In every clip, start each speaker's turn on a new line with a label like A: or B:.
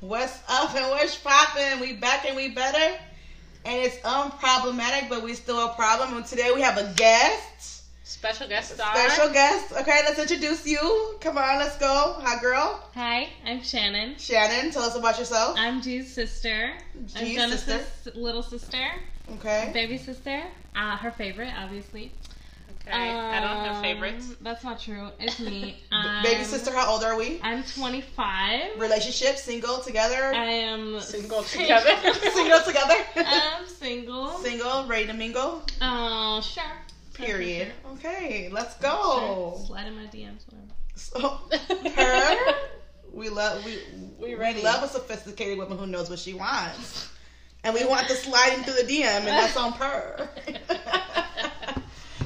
A: What's up and what's poppin'? We back and we better. And it's unproblematic, but we still a problem. And today we have a guest.
B: Special guest star.
A: Special guest. Okay, let's introduce you. Come on, let's go. Hi, girl.
C: Hi, I'm Shannon.
A: Shannon, tell us about yourself.
C: I'm Ju's sister. I'm
A: Ju's
C: Genesis' little sister,
A: Okay.
C: baby sister. Uh, her favorite, obviously.
B: Okay. I don't have favorites.
C: Um, That's not true. It's me.
A: B- Baby
C: I'm-
A: sister, how old are we?
C: I'm 25.
A: Relationship, single,
C: I
A: together,
C: am
B: Single together.
A: single together,
C: I'm single.
A: single, ready to mingle.
C: Oh, sure.
A: Period. Okay, let's
C: Oh.
A: go.
C: Slide in my DMs. Whatever.
A: So, her, we love we we,
B: We ready.
A: love a sophisticated woman who knows what she wants, and we want the sliding through the DM, and that's on her.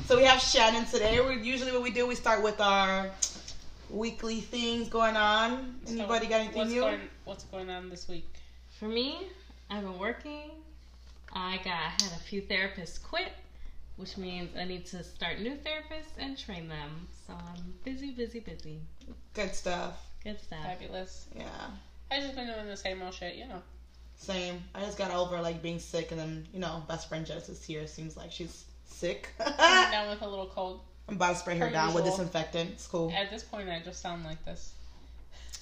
A: so we have Shannon today. We usually what we do we start with our weekly things going on.
B: So,
A: Anybody got anything
B: what's
A: new?
B: Going, what's going on this week?
C: For me, I've been working. I got had a few therapists quit, which means I need to start new therapists and train them. So I'm busy, busy, busy.
A: Good stuff.
C: Good stuff.
B: Fabulous.
A: Yeah.
B: I just been doing the same old shit, you know.
A: Same. I just got over like being sick, and then you know, best friend Genesis here seems like she's sick.
B: Coming
A: I'm
B: down with a little cold.
A: about to spray her
B: Her
A: down with
B: usual.
A: disinfectant. It's cool.
B: At this point, I just sound like this.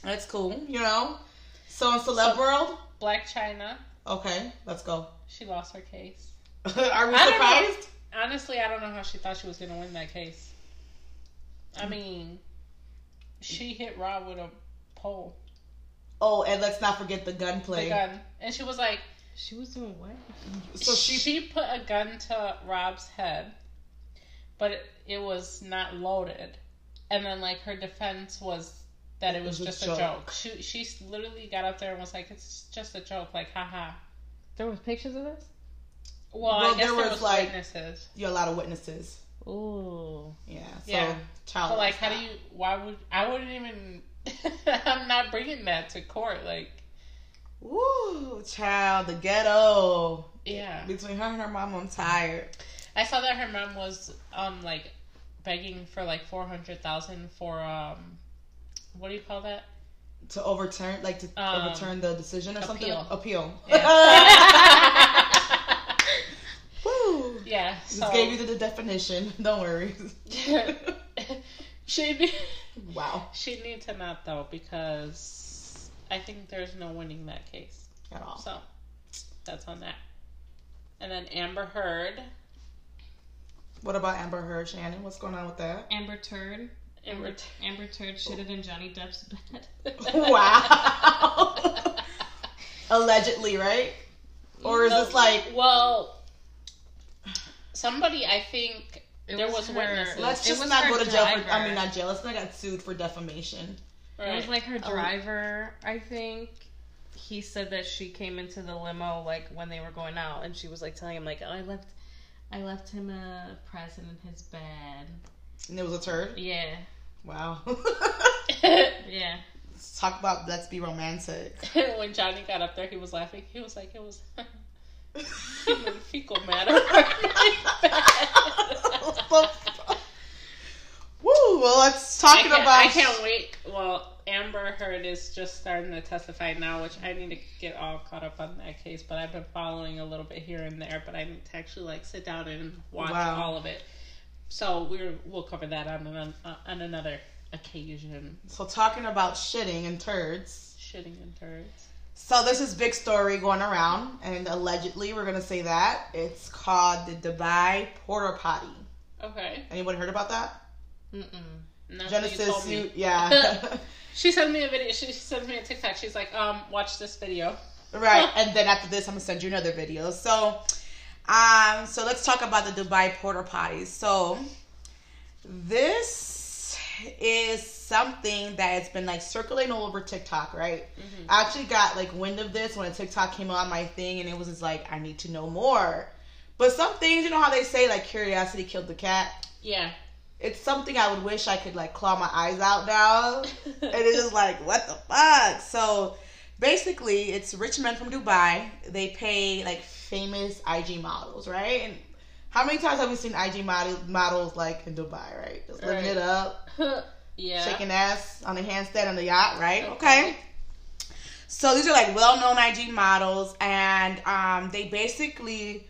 A: That's cool. You know. So in celeb world,
B: Black China.
A: okay, let's go.
B: She lost her case.
A: Are we
B: I don't know.
A: surprised?
B: Honestly, I don't know how she thought she was gonna win that case. I
A: Mm.
B: mean, she hit Rob with a pole,
A: Oh, and let's not forget the
B: the
A: gunplay.
B: gun, and she was like,
C: She was doing what?
A: So she,
B: she put a gun to Rob's head, but it, it was not loaded. And then like her defense was that it was, just a joke. She she literally got up there and was like, "It's just a joke," like haha.
C: There was pictures of this.
B: Well,
A: Well,
B: I guess
A: there
B: there,
A: was,
B: was,
A: like-
B: witnesses,
A: you a lot of witnesses.
C: Oh,
A: Yeah. So
B: Yeah.
A: child.
B: but like, how do you? Why would I wouldn't even? I'm not bringing that to court. Like,
A: Woo, child, the ghetto
B: yeah,
A: between her and her mom. I'm tired.
B: I saw that her mom was um like begging for like four hundred thousand for um what do you call that?
A: To overturn, like to
B: Um,
A: overturn the decision or something.
B: appeal.
A: Appeal. Woo.
B: yeah.
A: Just
B: So.
A: gave you the definition. Don't worry.
B: she need,
A: wow.
B: she needs to not though because I think there's no winning that case.
A: At all.
B: So that's on that. And then Amber Heard,
A: What about Amber Heard, Shannon? What's going on with that?
C: Amber Turd.
A: Mm-hmm.
B: Amber.
C: Amber Turd shitted in Johnny Depp's bed.
A: Wow. Allegedly, right? Or is
B: No,
A: this like
B: well, somebody I think There was witnesses.
A: Let's
C: it
A: just
C: was
A: not
C: her
A: go to jail for. I
C: driver.
A: mean, not jail. Let's not got sued for defamation.
C: It
B: right.
C: was like her
A: Oh.
C: driver, I think. He said that she came into the limo like when they were going out, and she was like telling him like, "Oh, I left, I left him a present in his bed."
A: And it was a turd.
C: Yeah,
A: Wow.
C: yeah.
A: let's talk about let's be romantic.
B: when Johnny got up there, he was laughing. He was like, it was human fecal matter.
A: Woo! Well, let's
B: I
A: talking
B: can't,
A: about.
B: I can't wait. Well, Amber Heard is just starting to testify now, which I need to get all caught up on that case. But I've been following a little bit here and there, but I need to actually like sit down and watch
A: Wow.
B: all of it. So we're we'll cover that on an, uh, on another occasion.
A: So talking about shitting and turds.
B: Shitting and turds.
A: So there's this big story going around, and allegedly we're gonna say that it's called the Dubai porter potty.
B: Okay.
A: Anyone heard about that?
C: Mm-mm.
B: And that's what you
A: Genesis,
B: told me.
A: you, yeah.
B: She sent me a video. She sent me a TikTok. She's like, um, watch this video.
A: Right. and then after this, I'm gonna send you another video. So, um, so let's talk about the Dubai porter potties. So, this is something that has been like circulating all over TikTok, right? I actually got like wind of this when a TikTok came on my thing, and it was just like, I need to know more. But some things, you know how they say like curiosity killed the cat.
B: Yeah.
A: It's something I would wish I could like claw my eyes out now and it's just like, what the fuck? So basically, it's rich men from Dubai. They pay like famous IG models, right? And how many times have we seen IG model, models like in Dubai, right? Just living it
B: Right.
A: up,
B: yeah.
A: shaking ass on a handstand on the yacht, right? Okay. So these are like well-known IG models, and um, they basically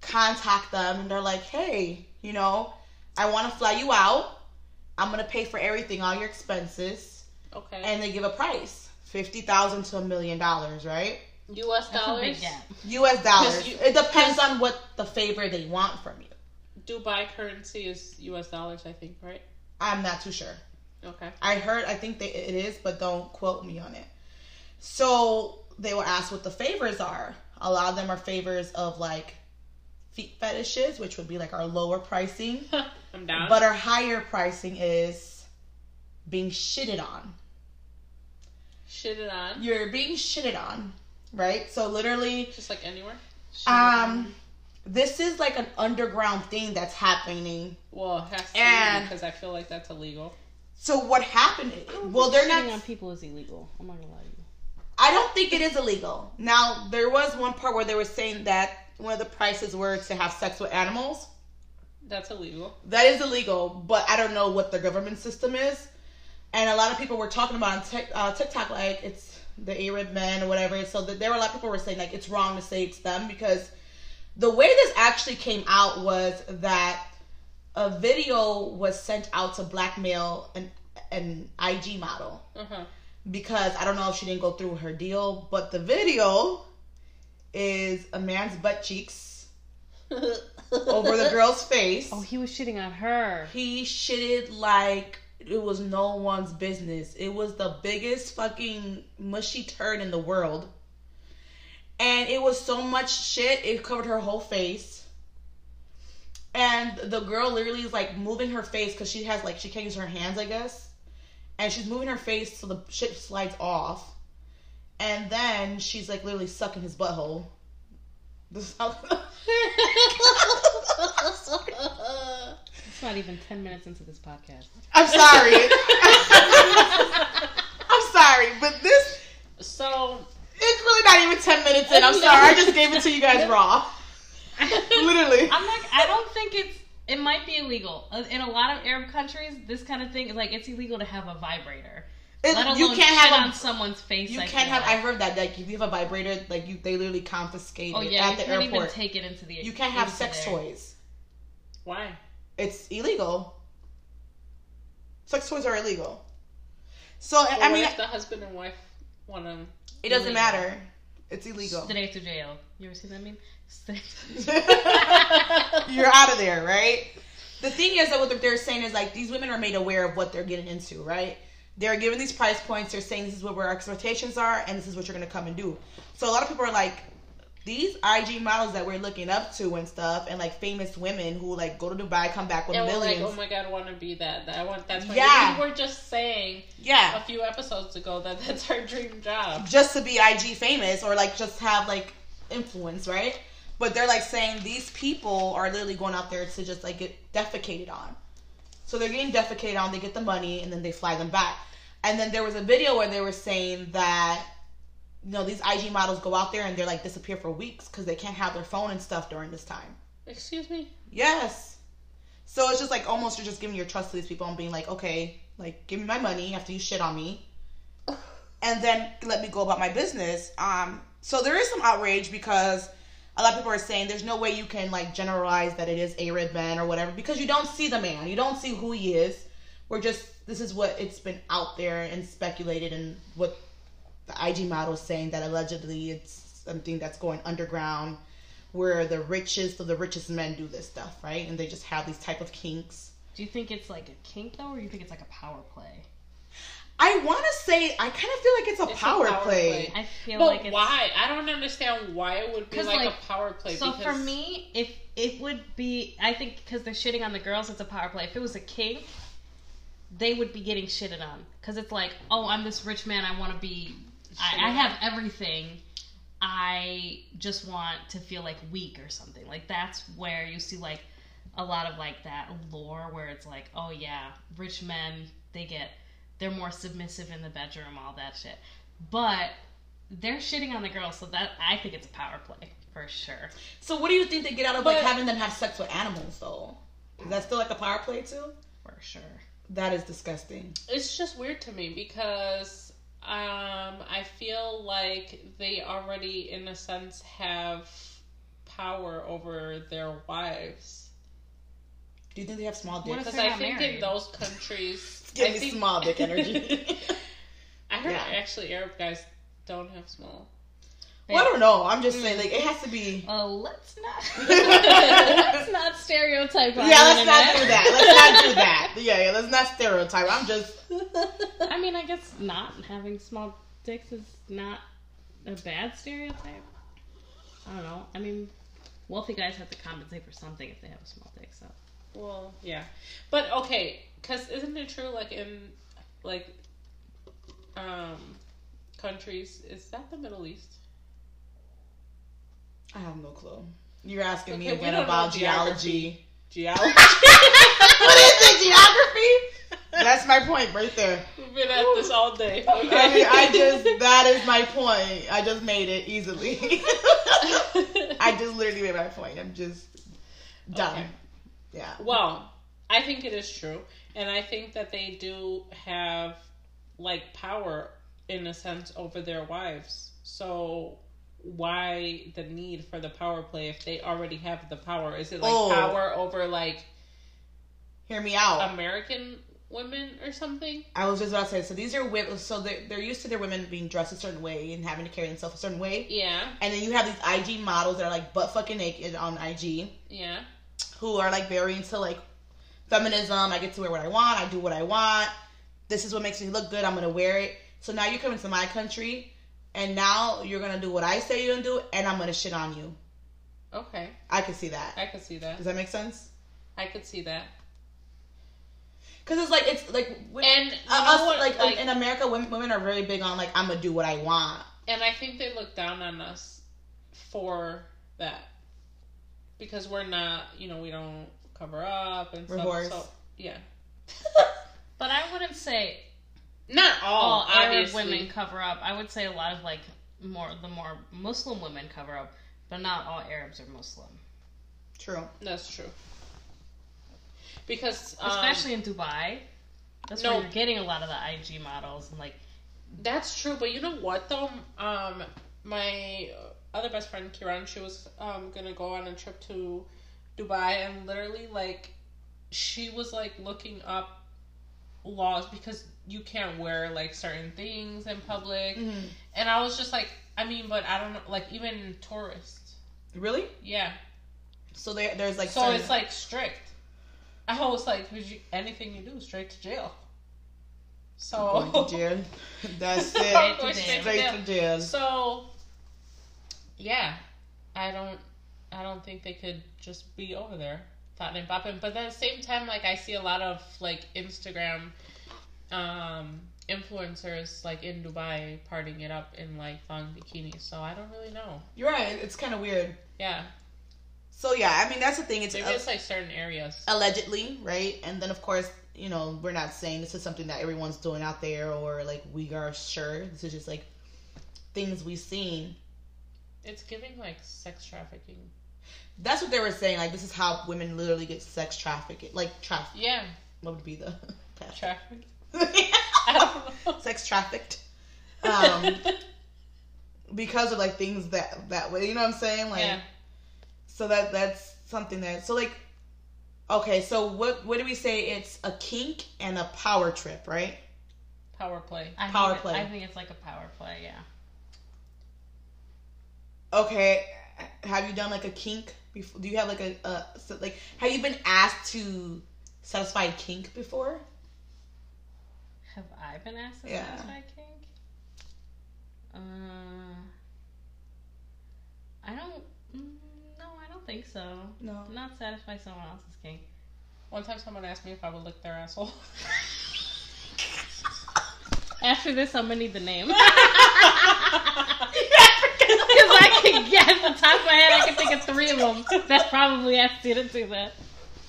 A: contact them, and they're like, "Hey, you know, I want to fly you out. I'm gonna pay for everything, all your expenses,
B: Okay.
A: and they give a price, fifty thousand to a million dollars, right?
B: U.S.
C: That's a big
B: dollars.
C: gap.
A: U.S. dollars.
B: you-
A: it depends on what the favor they want from you.
B: Dubai currency is U.S. dollars, I think, right?
A: I'm not too sure.
B: Okay.
A: I heard, I think they, it is, but don't quote me on it. So they were asked what the favors are. A lot of them are favors of like feet fetishes, which would be like our lower pricing,
B: I'm down.
A: but our higher pricing is being shitted on.
B: Shit it on.
A: You're being shitted on, right? So literally,
B: Just like anywhere.
A: um, this is like an underground thing that's happening.
B: Well, it has to
A: and-
B: be because I feel like that's illegal.
A: So what happened? Well, they're not.
C: Cheating on people is illegal. I'm not gonna lie to you.
A: I don't think it is illegal. Now, there was one part where they were saying that one of the prices were to have sex with animals.
B: That's illegal.
A: That is illegal, but I don't know what the government system is. And a lot of people were talking about on Tik uh, TikTok, like it's the Arab men or whatever. So that there were a lot of people were saying like it's wrong to say it's them because the way this actually came out was that a video was sent out to blackmail an an IG model
B: Uh huh.
A: because I don't know if she didn't go through with her deal, but the video is a man's butt cheeks over the girl's face.
C: Oh, he was shitting on her.
A: He shitted like it was no one's business. It was the biggest fucking mushy turd in the world. And it was so much shit, it covered her whole face. And the girl literally is like moving her face because she has like, she can't use her hands, I guess. And she's moving her face so the shit slides off. And then she's like literally sucking his butthole. This is how.
C: It's not even ten minutes into this podcast.
A: I'm sorry. I'm sorry, but this
B: so
A: it's really not even ten minutes in. I'm sorry, I just gave it to you guys raw. Literally.
C: I'm like, I don't think it's. It might be illegal Uh, in a lot of Arab countries. This kind of thing is like it's illegal to have a vibrator.
A: It-
C: Let alone
A: you can't
C: shit
A: have
C: on
A: a
C: someone's face.
A: you
C: I
A: can't
C: feel
A: have I
C: like.
A: heard that like if you have a vibrator, like you they literally confiscate
C: Oh
A: it
C: yeah,
A: at
C: you
A: the
C: can't
A: airport.
C: even take it into the.
A: you can't have
C: into
A: sex
C: there.
A: toys.
B: why?
A: It's illegal. Sex toys are illegal. So I-
B: Well,
A: I mean
B: what if the husband and wife want to.
A: it doesn't
C: illegal?
A: matter. It's illegal.
C: Straight to jail. You ever seen that meme? Straight to
A: You're out of there, right? The thing is that what they're saying is like these women are made aware of what they're getting into, right? They're given these price points. They're saying this is what our expectations are, and this is what you're gonna come and do. So a lot of people are like, these IG models that we're looking up to and stuff, and like famous women who like go to Dubai, come back with
B: And we're like,
A: millions.
B: oh my god, I want to be that. That I want. That's my.
A: Yeah.
B: We were just saying a
A: yeah,
B: few episodes ago that that's our dream job.
A: just to be IG famous or like just have like influence, right? But they're like saying these people are literally going out there to just like get defecated on. So they're getting defecated on, they get the money, and then they fly them back. And then there was a video where they were saying that, you know, these IG models go out there and they're like disappear for weeks because they can't have their phone and stuff during this time.
B: Excuse me.
A: Yes. So it's just like almost you're just giving your trust to these people and being like, okay, like give me my money after you shit on me, and then let me go about my business. Um, so there is some outrage because a lot of people are saying there's no way you can like generalize that it is Arab man or whatever because you don't see the man, you don't see who he is. We're just this is what it's been out there and speculated and what the IG model is saying that allegedly it's something that's going underground where the richest of the richest men do this stuff, right? And they just have these type of kinks.
C: Do you think it's like a kink though, or you think it's like a power play?
A: I want to say I kind of feel like it's a,
B: It's a
A: power,
B: power
A: play.
B: play.
C: I feel
B: But
C: like it's,
B: why? I don't understand why it would be
C: 'Cause,
B: like,
C: like,
B: a power play.
C: So
B: because
C: for me, if it would be, I think because they're shitting on the girls, it's a power play. If it was a kink, they would be getting shitted on because it's like, oh, I'm this rich man. I want to be. I, I have everything. I just want to feel like weak or something. Like that's where you see like a lot of like that lore where it's like, oh yeah, rich men they get they're more submissive in the bedroom, all that shit. But they're shitting on the girls, so that I think it's a power play for sure.
A: So what do you think they get out of like
B: But-
A: having them have sex with animals though? Is that still like a power play too?
C: For sure.
A: That is disgusting.
B: it's just weird to me because Um, I feel like they already, in a sense, have power over their wives.
A: Do you think they have small
C: What
A: dicks?
B: Because
C: if- They're
B: I
C: not
B: think in
C: married.
B: those countries,
A: Give
B: I
A: me
B: think-
A: small dick energy.
B: I heard
A: Yeah.
B: actually Arab guys don't have small.
A: well, I don't know. I'm
B: Mm.
A: just saying, like, it has to be.
C: Uh, let's not let's not stereotype.
A: Yeah,
C: on the
A: let's not do
C: internet.
A: that. Let's not do that. Yeah, yeah, let's not stereotype. I'm just.
C: I mean, I guess not having small dicks is not a bad stereotype. I don't know. I mean, wealthy guys have to compensate for something if they have a small dick. So
B: Well, yeah, but okay, because isn't it true? Like in like um countries, is that the Middle East?
A: I have no clue. You're asking me
B: Okay, we
A: again
B: don't know
A: about
B: geography.
A: geology.
B: Geology.
A: what is it, geography? That's my point right there.
B: We've been at this all day.
A: I
B: Okay.
A: mean, I just, that is my point. I just made it easily. I just literally made my point. I'm just done.
B: Okay.
A: Yeah.
B: Well, I think it is true, and I think that they do have like power in a sense over their wives. So why the need for the power play if they already have the power? Is it like
A: Oh.
B: power over like
A: Hear me out.
B: Um, American women or something?
A: I was just about to say, so these are women, so they're, they're used to their women being dressed a certain way and having to carry themselves a certain way.
B: Yeah,
A: And then you have these IG models that are like butt fucking naked on IG
B: yeah,
A: who are like very into like feminism. I get to wear what I want. I do what I want. This is what makes me look good. I'm gonna wear it. So now you're coming to my country, and now you're gonna do what I say you're gonna do, and I'm gonna shit on you.
B: okay.
A: I can see that.
B: I could see that.
A: Does that make sense?
B: I could see that.
A: Because it's like it's like we-
B: And you
A: uh,
B: know
A: us,
B: what,
A: like,
B: like-
A: in America, women, women are very big on like I'm gonna do what I want.
B: And I think they look down on us for that because we're not, you know, we don't cover up and
A: We're
B: stuff.
A: whores.
B: So yeah,
C: But I wouldn't say
B: not
A: Oh,
B: all,
C: all Arab
B: obviously.
C: women cover up. I would say a lot of like more the more Muslim women cover up, but not all Arabs are Muslim,
A: True.
B: That's true. Because um,
C: especially in Dubai. That's
B: no.
C: where you're getting a lot of the IG models and like
B: That's true, but you know what though? Um, my other best friend Kiran, she was um gonna go on a trip to Dubai, and literally like, she was like looking up laws because you can't wear like certain things in public,
A: Mhm.
B: and I was just like, I mean, but I don't know, like even tourists,
A: Really?
B: yeah.
A: So there, there's like
B: so
A: certain-
B: it's like strict. I was like, would you, anything you do, straight to jail. So
A: going to jail. That's it.
B: Of course,
C: Straight to
A: Straight to jail.
B: So, yeah, I don't, I don't think they could just be over there thought and bopping. But at the same time, like I see a lot of like Instagram um influencers like in Dubai partying it up in like long bikinis. So I don't really know.
A: You're right. It's kind of weird.
B: Yeah,
A: So yeah, I mean that's the thing. It's
B: maybe
A: uh,
B: it's like certain areas.
A: allegedly, right? And then of course, you know, we're not saying this is something that everyone's doing out there or like we are sure. This is just like things we've seen.
B: It's giving like sex trafficking.
A: That's what they were saying. Like this is how women literally get sex trafficking. Like traffic.
B: Yeah,
A: What would be the past?
B: trafficking. I don't know.
A: sex trafficked. Um, because of like things that that way. You know what I'm saying? Like.
B: yeah.
A: So that that's something that so like okay, so what what do we say it's a kink and a power trip, right?
B: Power play.
C: I
A: Power
C: think it-
A: play.
C: I think it's like a power play. Yeah.
A: Okay, have you done like a kink before? Do you have like a, a so, like have you been asked to satisfy a kink before?
C: Have I been asked to
A: Yeah.
C: satisfy kink? Uh, I don't. mm, No, I don't think so.
A: No.
C: Not satisfy someone else's kink.
B: One time, someone asked me if I would lick their asshole.
C: After this, I'm gonna need the name. Because I can guess off the top of my head, I can think of three of them that probably asked you to do that.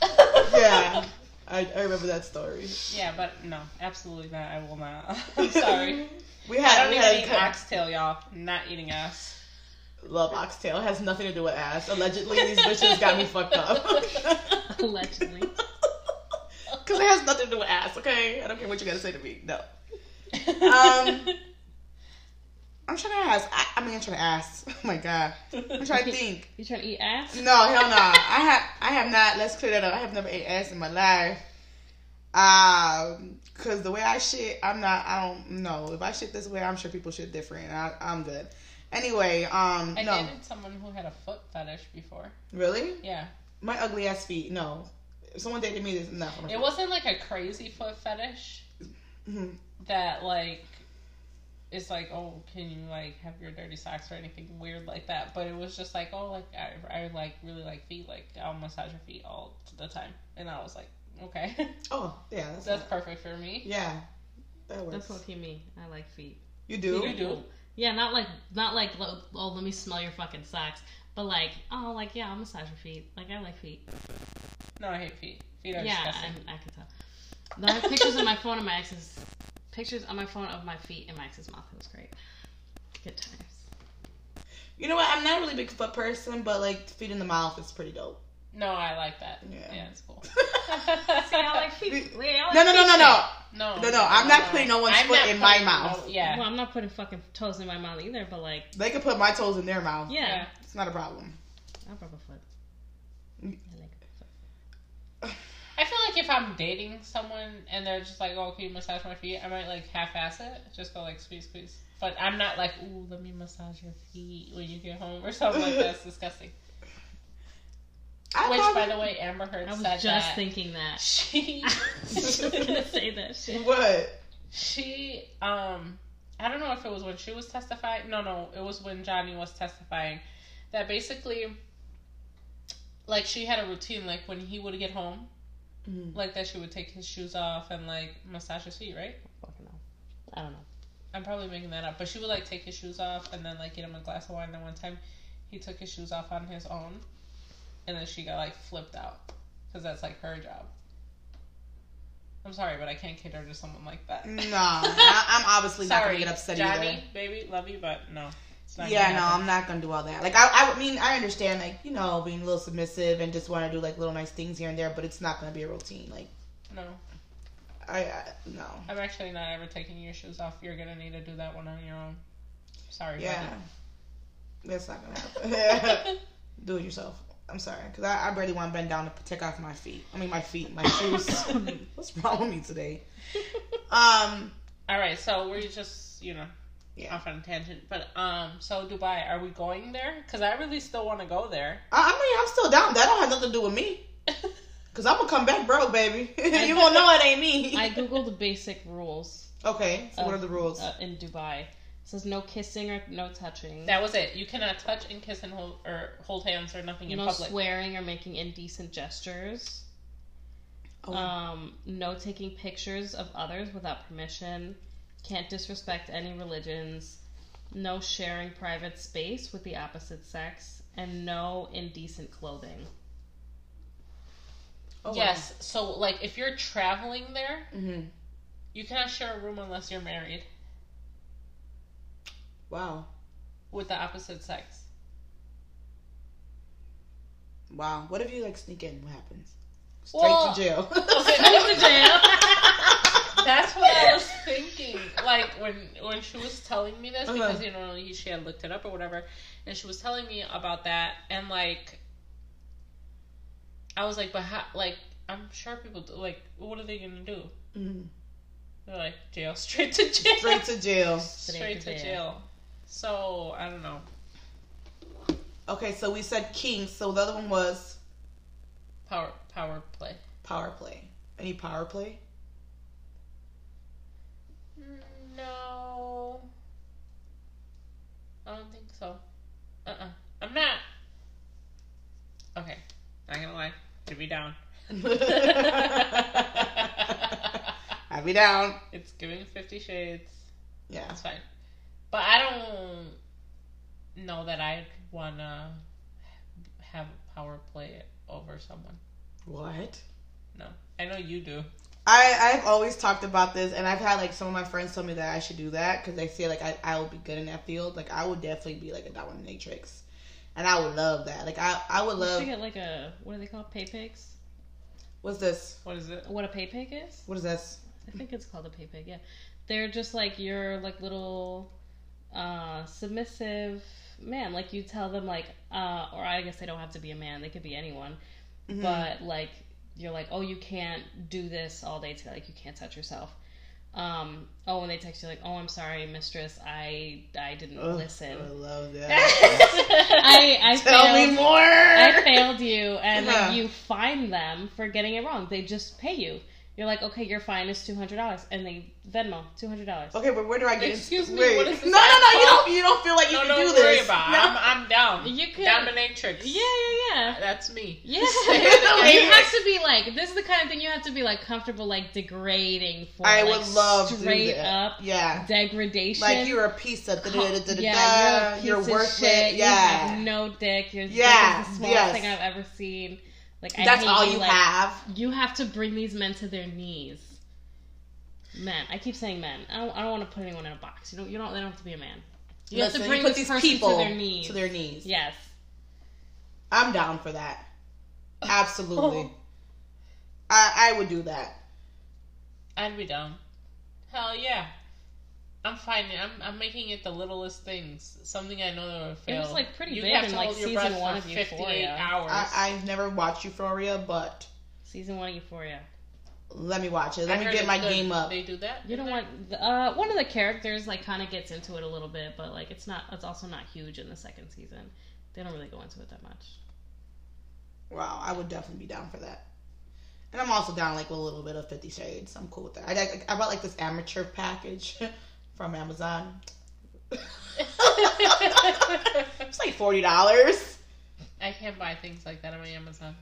A: Yeah. I, I remember that story.
B: Yeah, but no, absolutely not. I will not. I'm sorry.
A: We had
B: I don't
A: we
B: even
A: had
B: eat
A: a cut-
B: oxtail, y'all. Not eating ass.
A: love oxtail has nothing to do with ass. Allegedly, these bitches got me fucked up.
C: Allegedly.
A: Because it has nothing to do with ass, okay? I don't care what you gotta say to me. No. Um, I'm trying to ask. I, I mean, I'm trying to ask. Oh my god, I'm trying to think.
C: You trying to eat ass?
A: No, hell no. I have I have not. Let's clear that up. I have never ate ass in my life. Um, cause the way I shit, I'm not. I don't know if I shit this way. I'm sure people shit different. I, I'm good. Anyway, um,
B: I
A: no,
B: dated someone who had a foot fetish before.
A: really,
B: Yeah.
A: my ugly ass feet. No, if someone dated me. This no.
B: It wasn't like a crazy foot fetish
A: Mhm.
B: that like it's like, oh, can you like have your dirty socks or anything weird like that? But it was just like, oh, like I, I like really like feet, like I'll massage your feet all the time, and I was like, okay,
A: Oh yeah, that's,
B: that's
A: not-
B: perfect for me.
A: yeah. That works.
C: That's what he mean. I like feet.
A: you do.
B: You do.
C: Yeah, not like not like lo- oh let me smell your fucking socks, but like oh like yeah I'll massage your feet. Like I like feet.
B: No, I hate feet. Feet are
C: Yeah,
B: disgusting.
C: I, I can tell. No, I have pictures on my phone of my ex's pictures on my phone of my feet in my ex's mouth. It was great. Good times.
A: You know what? I'm not a really big foot person, but like feet in the mouth is pretty dope.
B: No, I like that.
A: Yeah.
B: Yeah, it's cool.
C: See, I like feet. Yeah, I like
A: no, no, no,
C: feet
A: no,
C: shit.
A: no.
B: No,
A: No, no, I'm not putting no one's
B: I'm
A: foot
B: not
A: in my
B: putting
A: mouth.
B: no- yeah.
C: Well, I'm not putting fucking toes in my mouth either, but like
A: They could put my toes in their mouth.
C: yeah,
B: Yeah.
A: It's not a problem.
C: I'll rub a foot. I
A: Mm.
C: like a foot.
B: I feel like if I'm dating someone and they're just like, "Oh, can you massage my feet?" I might like half-ass it, just go like squeeze, squeeze. But I'm not like, "Ooh, let me massage your feet when you get home" or something like that. It's disgusting.
A: I
B: Which,
A: probably-
B: by the way, Amber Heard
C: I was
B: said
C: just
B: that
C: thinking that.
B: she
C: I was just gonna say that shit.
A: what?
B: she um I don't know if it was when she was testifying. No, no, it was when Johnny was testifying that basically like she had a routine like when he would get home
A: Mhm.
B: like that she would take his shoes off and like massage his feet, right?
C: Fucking hell. I don't know.
B: I'm probably making that up, but she would like take his shoes off and then like get him a glass of wine. And then one time, he took his shoes off on his own, and then she got like flipped out because that's like her job. I'm sorry, but I can't cater to someone like that.
A: No, I, I'm obviously not gonna get upset
B: Johnny,
A: either.
B: baby, love you, but no. It's not
A: Yeah,
B: gonna
A: no,
B: happen.
A: I'm not gonna do all that. Like, I, I mean, I understand, like, you know, being a little submissive and just want to do like little nice things here and there, but it's not gonna be a routine. Like,
B: No,
A: I, I no.
B: I'm actually not ever taking your shoes off. You're gonna need to do that one on your own. Sorry,
A: Yeah,
B: buddy.
A: that's not gonna happen. do it yourself. I'm sorry, cause I, I barely want to bend down to take off my feet. I mean, my feet, my shoes. What's wrong with me today? Um,
B: All right, so we're just you know
A: Yeah.
B: off on a tangent, but um, so Dubai, are we going there? Because I really still want to go there.
A: I, I mean, I'm still down. That don't have nothing to do with me. Cause I'm gonna come back broke, baby. you gonna know it ain't me.
C: I googled the basic rules.
A: okay, so what are
C: of-
A: the rules?
C: uh, in Dubai? It says no kissing or no touching,
B: that was it. You cannot touch and kiss and hold or hold hands or nothing in
C: no
B: public.
C: swearing or making indecent gestures,
A: Oh,
C: um, no taking pictures of others without permission, can't disrespect any religions, no sharing private space with the opposite sex, and no indecent clothing.
A: oh, wow.
B: yes. So like, if you're traveling there,
A: Mhm.
B: you cannot share a room unless you're married
A: Wow.
B: with the opposite sex.
A: Wow. What if you like sneak in? What happens? Straight
B: Well-
A: to jail.
B: Straight
C: to jail.
B: That's what I was thinking. Like when when she was telling me this,
A: Uh-huh.
B: because you know he- she had looked it up or whatever, and she was telling me about that, and like, I was like, but how? Like, I'm sure people do, like, what are they gonna do?
C: Mm-hmm.
A: Mhm.
B: They're like jail, straight to jail,
A: Straight to jail.
B: Straight
C: Straight
B: to
C: to
B: jail. So I don't know.
A: Okay, so we said king. So the other one was
B: Power power play.
A: power play. Any power play?
B: No, I don't think so. Uh uh-uh. uh. i am not. Okay, not gonna lie. To be down.
A: I be down.
B: it's giving Fifty Shades.
A: Yeah.
B: That's fine. But I don't know that I'd wanna have a power play over someone.
A: What?
B: I know you do.
A: I, I've always talked about this, and I've had like some of my friends tell me that I should do that because they feel like I, I would be good in that field. Like I would definitely be like a dominatrix, and I would love that. Like I I would
C: You
A: love
C: should get like a what do they call pay pigs?
A: what's this?
B: What is it?
C: What a pay pig is?
A: What is this?
C: I think it's called a pay pig. Yeah, they're just like your like little uh, submissive man. Like you tell them like, uh, or I guess they don't have to be a man. They could be anyone.
A: Mhm.
C: But like you're like, oh, you can't do this all day today. Like you can't touch yourself. Um, oh, when they text you like, oh, I'm sorry, mistress, I I didn't
A: Ugh,
C: listen.
A: I love that.
C: I I
A: Tell
C: failed.
A: me more.
C: I failed you, and
A: Yeah.
C: then you fine them for getting it wrong. They just pay you. You're like, okay, your fine is two hundred dollars, and they Venmo two hundred dollars.
A: Okay, but where do I get?
B: Excuse me,
A: Wait.
B: what is this
A: no, no, no! You
B: iPhone?
A: don't. You don't feel like you
B: No,
A: can
B: no,
A: do
B: worry
A: this.
B: about it.
A: No.
B: I'm, I'm down.
C: You could,
B: Dominatrix.
C: yeah, yeah, yeah.
B: That's me.
C: Yeah,
A: Like-
C: you have to be like this is the kind of thing you have to be like comfortable like degrading for.
A: I
C: like,
A: would love to do
C: straight
A: that.
C: up
A: Yeah,
C: degradation.
A: like you're a piece of.
C: Co-
A: da-da-da-da-da-da,
C: yeah, you're, a piece of
A: worthless.
C: shit. you
A: Yeah,
C: have no dick. Your
A: Yeah,
C: dick is the smallest
A: yes.
C: thing I've ever seen. Like I
A: that's
C: hate
A: all you
C: like,
A: have.
C: You have to bring these men to their knees. Men, I keep saying men. I don't, I don't want to put anyone in a box. You don't. You don't. They don't have to be a man. You have
A: Listen,
C: to bring
A: put
C: this
A: these
C: person
A: people
C: to their knees.
A: To their knees.
C: yes.
A: I'm down for that. Absolutely. I I would do that.
B: I'd be down. Hell yeah. I'm finding. I'm, I'm making it the littlest things. Something I know that would fail.
C: like, pretty
B: you
C: big
B: have
C: in,
B: to
C: like,
B: hold your
C: season
B: breath
C: one
B: for
C: of
B: 58
C: Euphoria.
B: hours.
A: I I've never watched Euphoria, but
C: Season one of Euphoria.
A: let me watch it.
B: I
A: Let me
B: heard
A: get
B: it's
A: my
B: good.
A: game up.
B: They do that.
C: You don't want the- uh, one of the characters like kind of gets into it a little bit, but like it's not. It's also not huge in the second season. They don't really go into it that much.
A: Wow, I would definitely be down for that. And I'm also down like with a little bit of Fifty Shades. I'm cool with that. I got, I bought like this amateur package from Amazon. it's like forty dollars.
B: I can't buy things like that on Amazon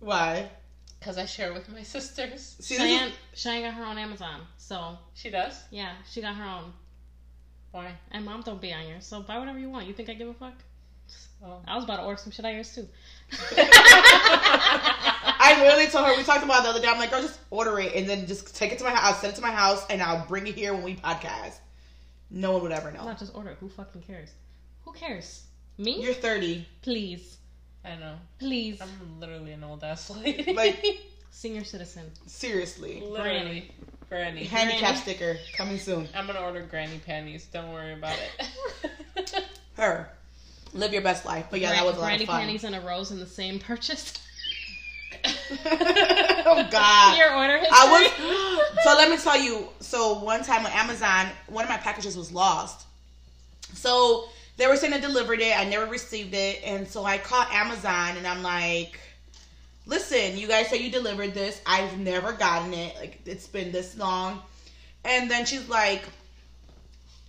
A: Why?
B: because I share with my sisters.
A: See, this is-
C: Cheyenne, Cheyenne got her own Amazon, so
B: She does.
C: yeah, she got her own.
B: Why?
C: And mom don't be on yours, so buy whatever you want. You think I give a fuck?
B: Oh.
C: I was about to order some shit on yours too.
A: I literally told her we talked about it the other day. I'm like, girl, just order it and then just take it to my house. I'll send it to my house and I'll bring it here when we podcast. No one would ever know.
C: Not just order. it. Who fucking cares? Who cares? Me?
A: You're 30.
C: Please,
B: I know.
C: please,
B: I'm literally an old ass lady.
A: Like-
C: senior citizen.
A: Seriously.
B: literally, granny.
A: Handicap sticker coming soon.
B: I'm gonna order granny panties. Don't worry about it.
A: Her. Live your best life. But yeah, that
C: Gran-
A: was a lot
C: granny
A: of fun.
C: panties and a rose in the same purchase.
A: oh God.
C: Your order history.
A: I was so let me tell you. So one time on Amazon, one of my packages was lost. So they were saying they delivered it. I never received it, and so I called Amazon and I'm like, "Listen, you guys say you delivered this. I've never gotten it. Like it's been this long." And then she's like,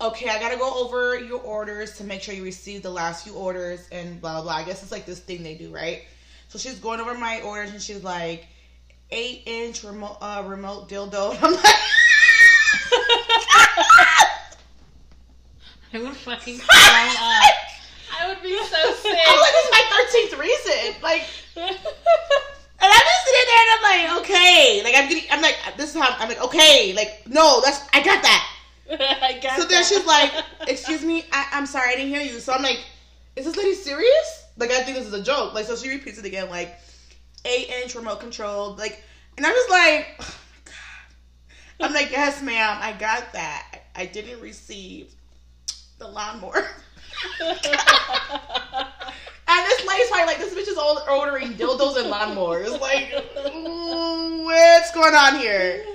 A: "Okay, I gotta go over your orders to make sure you received the last few orders and blah blah." blah. I guess it's like this thing they do, right? So she's going over my orders and she's like, eight inch remote uh, remote dildo. And I'm like,
C: I would fucking throw up. I would be so
A: I'm like,
C: sick.
A: this is my thirteenth reason. Like, and I'm just sitting there and I'm like, okay, like I'm getting, I'm like, this is how I'm like, okay, like no, that's I got that.
B: I got
A: So then
B: that.
A: she's like, excuse me, I, I'm sorry, I didn't hear you. So I'm like, is this lady serious? Like I think this is a joke. Like so she repeats it again, like eight inch remote control, like, and I'm just like, oh my god. I'm like, yes, ma'am, I got that. I, I didn't receive the lawnmower. And this lady's probably like, this bitch is all ordering dildos and lawnmowers. Like, ooh, what's going on here?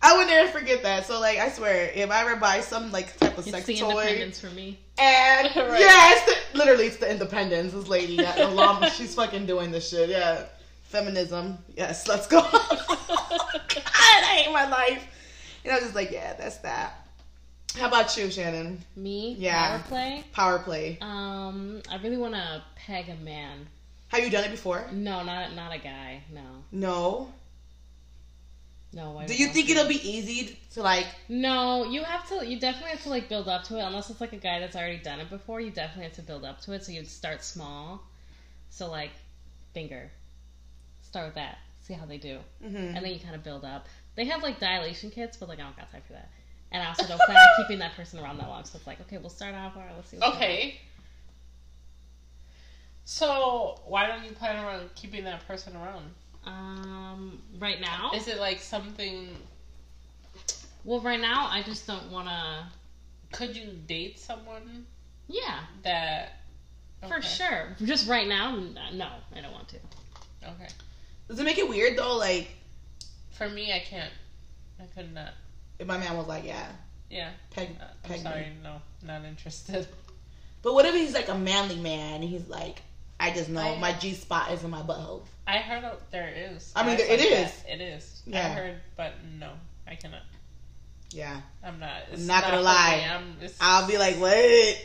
A: I would never forget that. So, like, I swear, if I ever buy some like type of
C: It's
A: sex
C: the
A: toy,
C: independence for me.
A: and
B: Right.
A: yeah, it's the, literally, it's the independence. This lady, got the lawn, she's fucking doing this shit. Yeah, feminism. Yes, let's go. God, I hate my life. And I was just like, yeah, that's that. How about you, Shannon?
C: Me?
A: Yeah.
C: Power play?
A: Power play.
C: Um, I really want to peg a man.
A: Have you done it before?
C: No, not not a guy. No,
A: No.
C: no. I
A: Do you
C: don't
A: think it'll be easy to like?
C: No, you have to. You definitely have to like build up to it. Unless it's like a guy that's already done it before, you definitely have to build up to it. So you'd start small. So like, finger. Start with that. See how they do.
A: mhm.
B: Mm-hmm.
C: and then you kind of build up. They have like dilation kits, but like I don't got time for that. And I also don't plan on keeping that person around that long. So it's like, okay, we'll start off. All right, let's see. What's
B: okay. So why don't you plan on keeping that person around?
C: going on. Um, right now.
B: Is it like something?
C: Well, right now I just don't want to
B: Could you date someone
C: Yeah,
B: that?
C: for
B: okay,
C: sure. Just right now, n- no, I don't want to.
B: Okay.
A: Does it make it weird though? Like
B: For me, I can't. I could not.
A: if my man was like, yeah,
B: Yeah.
A: peg,
B: uh, I'm
A: peg me.
B: sorry. No, not interested.
A: But what if he's like a manly man and he's like, I just know
B: I-
A: my G spot is in my butthole.
B: I heard out there is.
A: I mean,
B: guys
A: there- it
B: like
A: is.
B: that. It is. I
A: Yeah.
B: heard, but no, I cannot.
A: Yeah,
B: I'm not. It's
A: not gonna
B: for
A: lie.
B: me. I'm, it's,
A: I'll be like, what?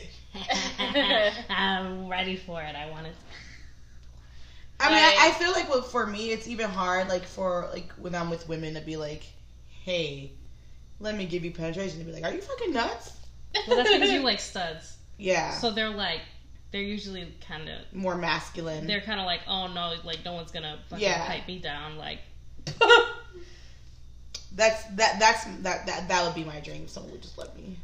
C: I'm ready for it. I want it.
A: I mean,
B: Like-
A: I, I feel like with, for me, it's even hard, like for like when I'm with women to be like, "Hey, let me give you penetration." To be like, "Are you fucking nuts?"
C: Well, that's because you like studs,
A: Yeah,
C: so they're like they're usually kind of
A: more masculine.
C: they're kind of like oh no like no one's gonna fucking
A: Yeah.
C: pipe me down like
B: Oh
A: That's that. That's that. That that would be my dream. if Someone would just let me,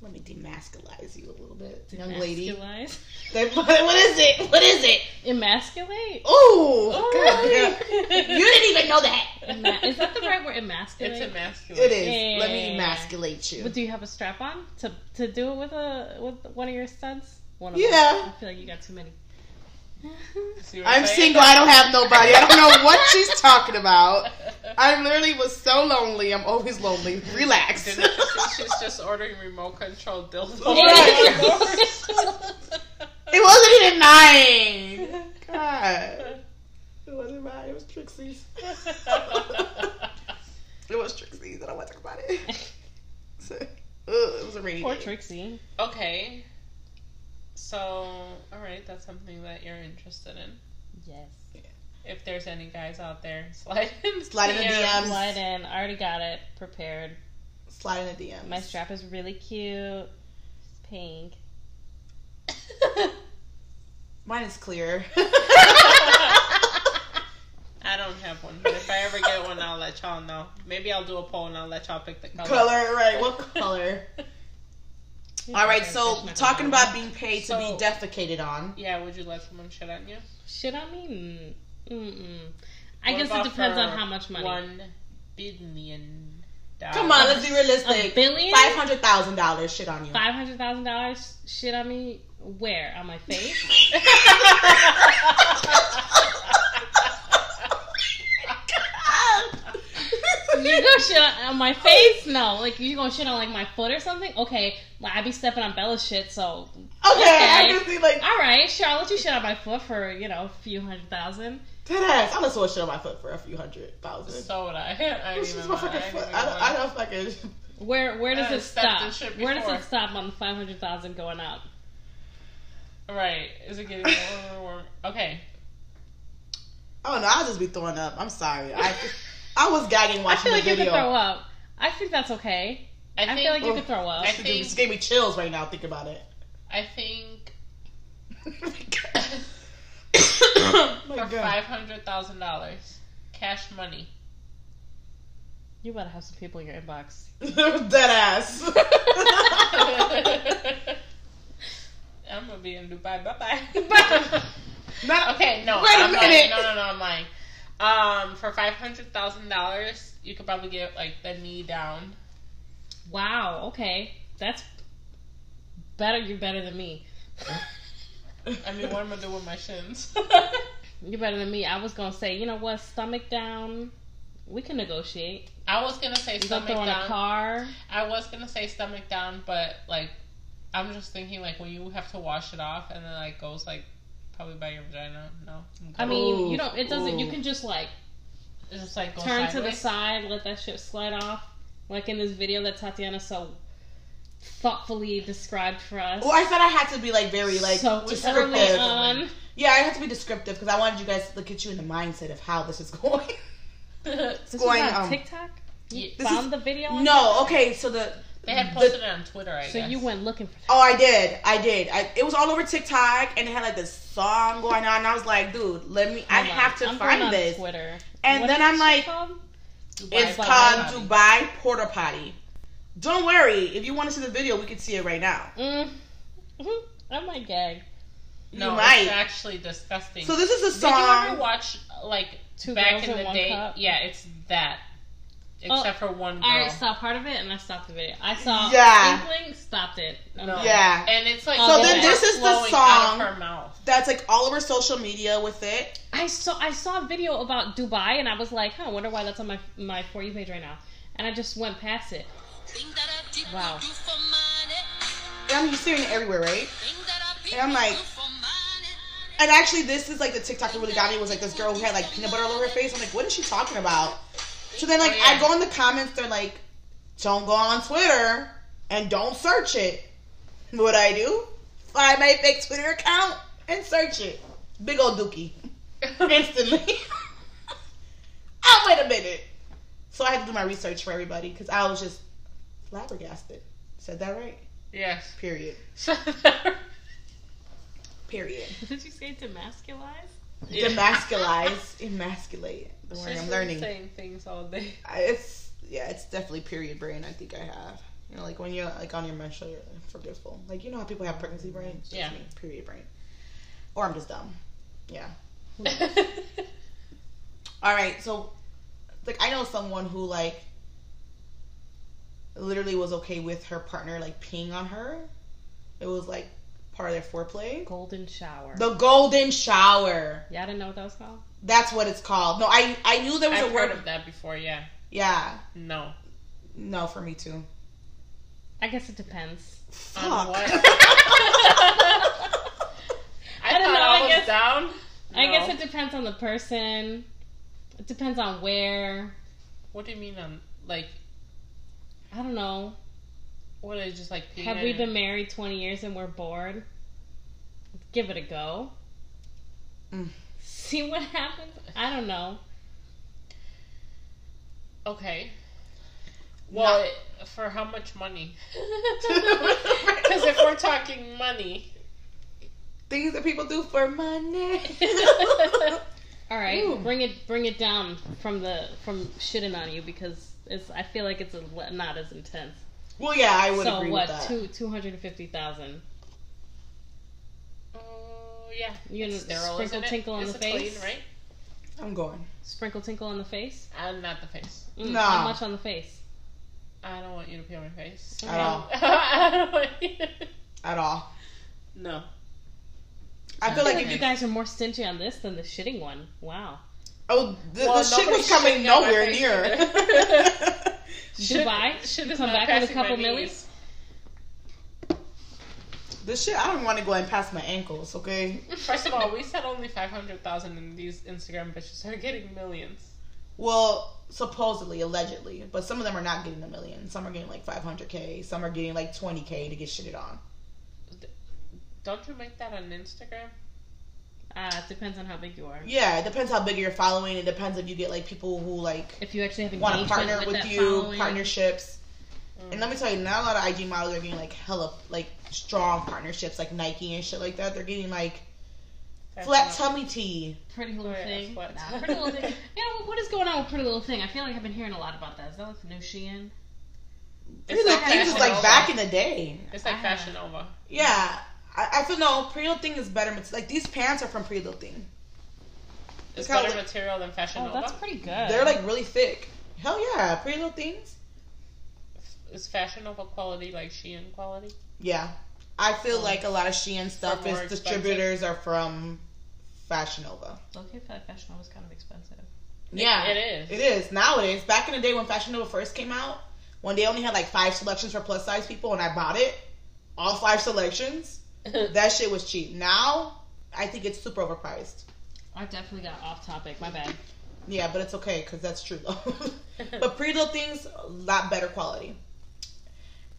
A: let me demasculize you a little bit, young lady.
C: emasculize
A: They- what is it? What is it?
C: emasculate
A: Ooh,
B: Oh,
A: God,
B: really?
A: girl. you didn't even know that.
C: Ema- is that the right word emasculate
B: It's emasculate.
A: It is. Let
C: Yeah.
A: me emasculate you.
C: But do you have a strap on to to do it with a with one of your studs? One of
A: Yeah.
C: Them. I feel like you got too many.
B: See what
A: I'm
B: saying?
A: single. I don't have nobody. I don't know what she's talking about. I literally was so lonely. I'm always lonely. Relax.
B: Didn't you see she's just ordering remote control dildo.
C: Right.
A: it wasn't even mine. God. It wasn't mine. It was Trixie's. it was Trixie's. I don't want to talk about it. So, ugh, it was a rainy
C: Poor
A: day.
C: Trixie.
B: okay. So, all right, that's something that you're interested in.
C: Yes.
B: If there's any guys out there, slide in.
A: Slide in the DMs.
C: Slide in. I already got it prepared.
A: Slide in the DMs.
C: My strap is really cute. It's pink.
A: Mine is clear.
B: I don't have one, but if I ever get one, I'll let y'all know. Maybe I'll do a poll and I'll let y'all pick the color.
A: color, right? What color? All right. So talking about being paid to
B: So-
A: be defecated on.
B: Yeah, would you let someone shit on you?
C: shit on me. Mm, Mm-mm. I
B: What
C: guess it
B: about
C: depends
B: for
C: on how much money.
B: One billion. dollars?
A: Come on, let's be
C: Uh, A
A: realistic.
C: billion.
A: Five hundred thousand dollars shit on you.
C: Five hundred thousand dollars. Shit on me. Where on my face? You gonna shit on, on my face? No, like you gonna shit on like my foot or something? Okay, like, I be stepping on Bella's shit, so
A: Okay, I can see like
C: all right, sure, I'll let you shit on my foot for you know a few hundred thousand.
A: dead ass. I just want shit on my foot for a few hundred thousand.
B: So would I. I don't
A: This is
B: even
A: my
B: want
A: fucking
B: I
A: foot.
B: don't
A: I
B: even
A: don't, I
B: want-
A: don't fucking.
C: Where where does
B: Uh,
C: it
B: stepped
C: stop?
B: this shit
C: Where does
B: before.
C: it stop on the five hundred thousand going up?
B: Right. Is it getting warmer? warmer? Okay.
A: Oh no, I'll just be throwing up. I'm sorry. I I was gagging
C: I
A: watching
C: feel like
A: the
C: you could
A: video.
C: throw up. I think that's okay.
B: I,
C: I
B: think,
C: feel like you
A: Oh.
C: could throw up.
B: I
A: She just gave
B: think-
A: me chills right now. Think about it.
B: I think
A: My
B: for
A: God.
B: five hundred thousand dollars, cash money.
C: You better have some people in your inbox.
A: Dead ass.
B: I'm gonna be in Dubai. Bye bye.
A: Not,
B: okay, no.
A: Wait a
B: I'm
A: minute.
B: Lying. No, no, no. I'm lying. Um, for five hundred thousand dollars, you could probably get like the knee down.
C: Wow. Okay, that's better. You're better than me.
B: I mean, what am I doing with my shins?
C: You're better than me. I was gonna say, you know what? Stomach down. We can negotiate.
B: I was gonna say
C: You gonna
B: stomach
C: throw in a
B: down.
C: car?
B: I was gonna say stomach down, but like, I'm just thinking like when you have to wash it off and then like goes like probably by your vagina. No, I'm good.
C: I mean, you
A: Ooh,
C: don't. It doesn't. You
A: ooh.
C: can just like
B: It's just like goes
C: turn to the
B: sideways.
C: side, let that shit slide off, like in this video that Tatiana so thoughtfully described for us.
A: well, Oh, I said I had to be like very like
C: so early
A: descriptive.
C: on. uh,
A: Yeah, I had to be descriptive because I wanted you guys to look at you in the mindset of how this is going.
C: This
A: going,
C: was on
A: um,
C: TikTok. You
B: Ye-
A: this
C: found the video. on
A: no, okay, so the
B: they had
A: the-
B: posted it on Twitter. I
C: TikTok? So
B: guess.
C: you went looking for
A: Oh, I did. I did. I, it was all over TikTok, and it had like this song going on. And I was like, dude, let me. I
C: Hold on,
A: have to
C: I'm going
A: find
C: on
A: this.
C: Twitter.
A: And
C: What
A: then
C: is
A: I'm
C: this
A: like,
C: shit called?
B: Dubai
A: It's
B: Body
A: called
B: Body.
A: Dubai Porta Potty. Don't worry. If you want to see the video, we can see it right now.
C: mm, mhm, I might gag.
B: No,
A: you
B: it's
A: might.
B: actually disgusting.
A: So this is a
B: Did you ever
A: song.
B: watch like
C: Two
B: back
C: girls
B: in
C: and
B: the
C: one
B: day?
C: cup.
B: Yeah, it's that.
C: Oh,
B: Except for one girl.
C: I saw part of it and I stopped the video. I saw
A: Yeah.
C: Inkling, stopped it. Oh,
B: No.
A: Yeah.
B: And it's like
C: So then
B: all
A: this is the
B: flowing out of
A: song.
B: her mouth.
A: That's like all over social media with it.
C: I saw I saw a video about Dubai and I was like, huh, I wonder why that's on my my for you page right now. And I just went past it. Wow.
D: Wow.
A: I mean, you're seeing it everywhere, right? And I'm like- And actually, this is like the TikTok that really got me was like this girl who had like peanut butter all over her face. I'm like, what is she talking about? So then, like,
B: Oh, yeah.
A: I go in the comments. They're like, don't go on Twitter and don't search it. What I do? Find my fake Twitter account and search it. Big old dookie. Instantly. oh, wait a minute. So I had to do my research for everybody because I was just flabbergasted. Said that right?
B: yes.
A: Period. Period.
C: Did you say demasculize?
A: Demasculize, emasculate. Don't worry,
B: She's
A: I'm
B: been
A: learning.
B: saying things all day.
A: I, it's yeah, it's definitely period brain. I think I have. You know, like when you're like on your menstrual, you're forgetful. Like you know how people have pregnancy brain. It's just
B: Yeah.
A: me, period brain. Or I'm just dumb. Yeah. All right. So, like I know someone who like literally was okay with her partner like peeing on her. It was like part of their foreplay.
C: Golden shower.
A: The golden shower.
C: Y'all didn't know what that was called?
A: That's what it's called. No, I I knew there was
B: I've
A: a
B: heard
A: word.
B: of that before. Yeah.
A: Yeah.
B: No.
A: No, for me too.
C: I guess it depends.
B: On what? I,
C: I don't
B: thought
C: know,
B: I
C: I
B: was
C: guess-
B: down.
C: I
B: No.
C: guess it depends on the person. It depends on where.
B: What do you mean on like?
C: I don't know.
B: What is just like? peeing
C: Have
B: on
C: we
B: your-
C: been married 20 years and we're bored? Give it a go.
A: Mm.
C: See what happens? I don't know.
B: Okay. Well, it- for how much money? Because
A: Because
B: if we're talking money,
A: things that people do for money.
C: All right,
A: Ooh.
C: bring it bring it down from the from shitting on you because it's I feel like it's a, le- not as intense.
A: well, yeah, I would
C: so
A: agree with
C: what?
A: that.
C: Two two hundred fifty thousand.
B: Oh yeah,
C: You
B: It's
C: gonna
B: sterile,
C: sprinkle
B: isn't it?
C: tinkle on
B: It's
C: the
B: a
C: face?
B: clean, right?
A: I'm going.
C: Sprinkle tinkle on the face.
A: Uh,
B: I'm not the face.
C: Mm,
A: No.
C: How much on the face?
B: I don't want you to pee on my face.
A: At all.
B: I don't want you.
A: At all.
B: No.
A: I
C: I
A: feel like if
C: you
A: you.
C: guys are more stingy on this than the shitting one. Wow.
A: Oh, the,
B: Well,
A: the shit was
B: nobody's
A: coming
B: shitting on my
A: nowhere
B: face
A: near.
B: either.
C: Dubai?
B: Shit is
C: Come
B: not
C: back with a
B: passing my
C: couple
B: knees.
C: millies?
A: the shit, I don't want to go and pass my ankles, okay?
B: First of all, we said only five hundred thousand, and these Instagram bitches are getting millions.
A: Well, supposedly, allegedly, but some of them are not getting a million. Some are getting like 500K. Some are getting like 20K to get shitted on.
B: Don't you make that on Instagram?
C: Ah, it depends on how big you are.
A: Yeah, it depends how big you're following. It depends if you get like people who like
C: If you actually have
A: want
C: engagement
A: to partner
C: with,
A: with,
C: that
A: you,
C: following.
A: partnerships.
B: Mm.
A: And let me tell you, not a lot of IG models are getting like hella like strong partnerships, like Nike and shit like that. They're getting like
B: That's
A: flat
B: not-
A: tummy tea.
C: Pretty little
B: Sorry, I
C: thing.
B: sweat.
C: Nah, pretty little thing. Yeah, what- what is going on with Pretty Little Thing? I feel like I've been hearing a lot about that. Is that like the new Shein?
A: Pretty
B: It's
A: Little
B: like
A: Things is
B: Fashion
A: like
B: Nova.
A: back in the day.
B: It's like
C: Ah.
B: Fashion Nova.
A: Yeah, I, I feel no Pretty Little Thing is better. It's like these pants are from Pretty Little Thing.
B: It's
A: kinda
B: better
A: like-
B: material than Fashion
C: Oh,
B: Nova.
C: that's pretty good.
A: They're like really thick. Hell yeah, Pretty Little Things.
B: Is Fashion Nova quality like Shein quality?
A: Yeah, I feel like a lot of Shein stuff
B: Are more
A: is distributors are from Fashion Nova.
C: Okay, I feel like Fashion Nova's kind of expensive.
A: Yeah,
B: It is.
A: It is nowadays. Back in the day when Fashion Nova first came out, when they only had like five selections for plus size people, and I bought it, all five selections, that shit was cheap. Now, I think it's super overpriced.
C: I definitely got off topic. My bad.
A: Yeah, but it's okay because that's true though. but Pretty Little Things, a lot better quality,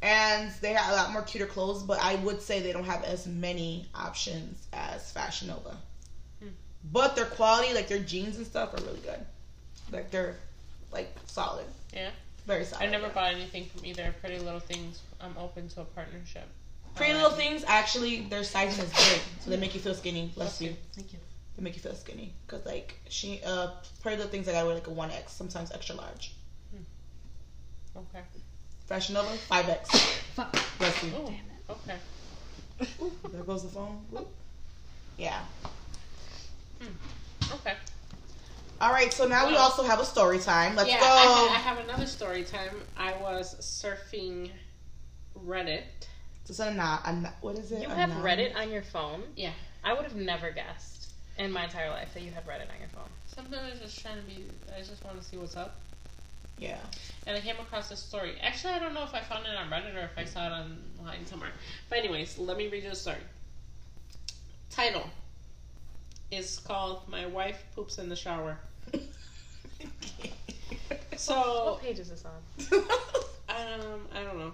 A: and they have a lot more cuter clothes. But I would say they don't have as many options as Fashion Nova.
B: Hmm.
A: But their quality, like their jeans and stuff, are really good. Like they're like solid.
B: Yeah.
A: Very solid.
B: I never
A: yeah.
B: bought anything from either. Pretty Little Things. I'm open to a partnership.
A: Pretty
B: Um,
A: Little Things actually their sizing is big, so
B: Hmm.
A: they make you feel skinny. Bless you.
C: Thank you.
A: They make you feel skinny because like she uh Pretty Little Things like I wear like a one X, sometimes extra large.
B: Okay.
A: Fashion Nova five X.
C: Fuck.
A: Bless you.
B: Oh,
C: Damn it.
B: okay.
A: Ooh, there goes the phone. Whoop. Yeah.
B: Okay.
A: All right. So now we
B: Well-
A: also have a story time. Let's
B: yeah,
A: go.
B: I, ha- I have another story time. I was surfing Reddit
A: It's a not. A not what is it?
C: You
A: A
C: have
A: non-
C: Reddit on your phone.
B: Yeah.
C: I would have never guessed in my entire life that you had Reddit on your phone.
B: Sometimes I'm just trying to be. I just want to see what's up.
A: Yeah.
B: and I came across this story. Actually, I don't know if I found it on Reddit or if I saw it online somewhere. But anyways, let me read you the story. Title is called "My Wife Poops in the Shower." So Oh,
C: What page is this on?
B: um, I don't know.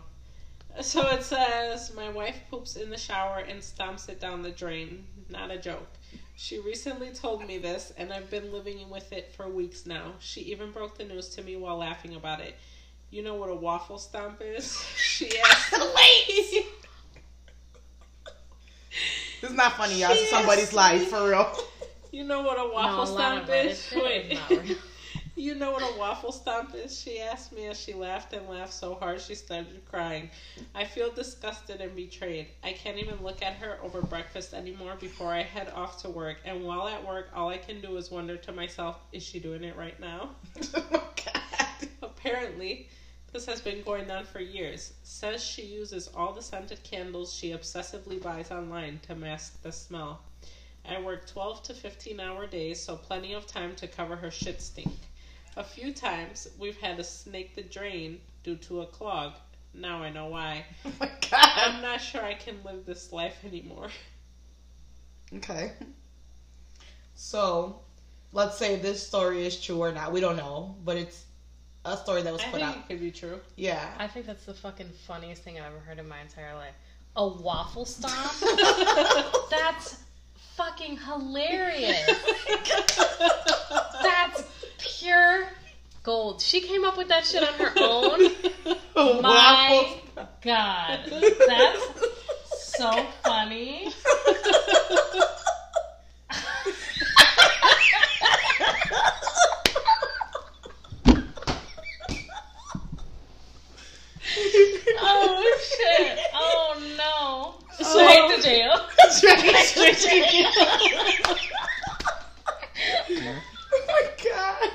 B: So it says, "My wife poops in the shower and stomps it down the drain." Not a joke. She recently told me this, and I've been living with it for weeks now. She even broke the news to me while laughing about it. You know what a waffle stomp is? She asked.
A: Wait. This is not funny, y'all. This is
B: She
A: somebody's
B: asked
A: life
B: me-
A: for real. Oh
B: You know what a waffle
C: a lot of
B: stomp
C: Reddit
B: is?
C: shit
B: Wait.
C: is not real.
B: you know what a waffle stomp is? She asked me as she laughed and laughed so hard she started crying. I feel disgusted and betrayed. I can't even look at her over breakfast anymore before I head off to work. And while at work, all I can do is wonder to myself, is she doing it right now?
A: oh my god.
B: Apparently, this has been going on for years. Says she uses all the scented candles she obsessively buys online to mask the smell. I work 12 to 15 hour days, so plenty of time to cover her shit stink. A few times, we've had to snake the drain due to a clog. Now I know why.
A: Oh my god.
B: I'm not sure I can live this life anymore.
A: Okay. So, let's say this story is true or not. We don't know, but it's a story that was
B: I
A: put
B: think
A: out.
B: it could be true.
A: Yeah.
C: I think that's the fucking funniest thing I've ever heard in my entire life. A waffle stomp?
B: Oh
C: That's fucking hilarious. That's pure gold. She came up with that shit on her own. My God. That's so funny. oh shit. Oh no.
A: So-
C: Straight to jail.
A: Straight to jail. oh my god.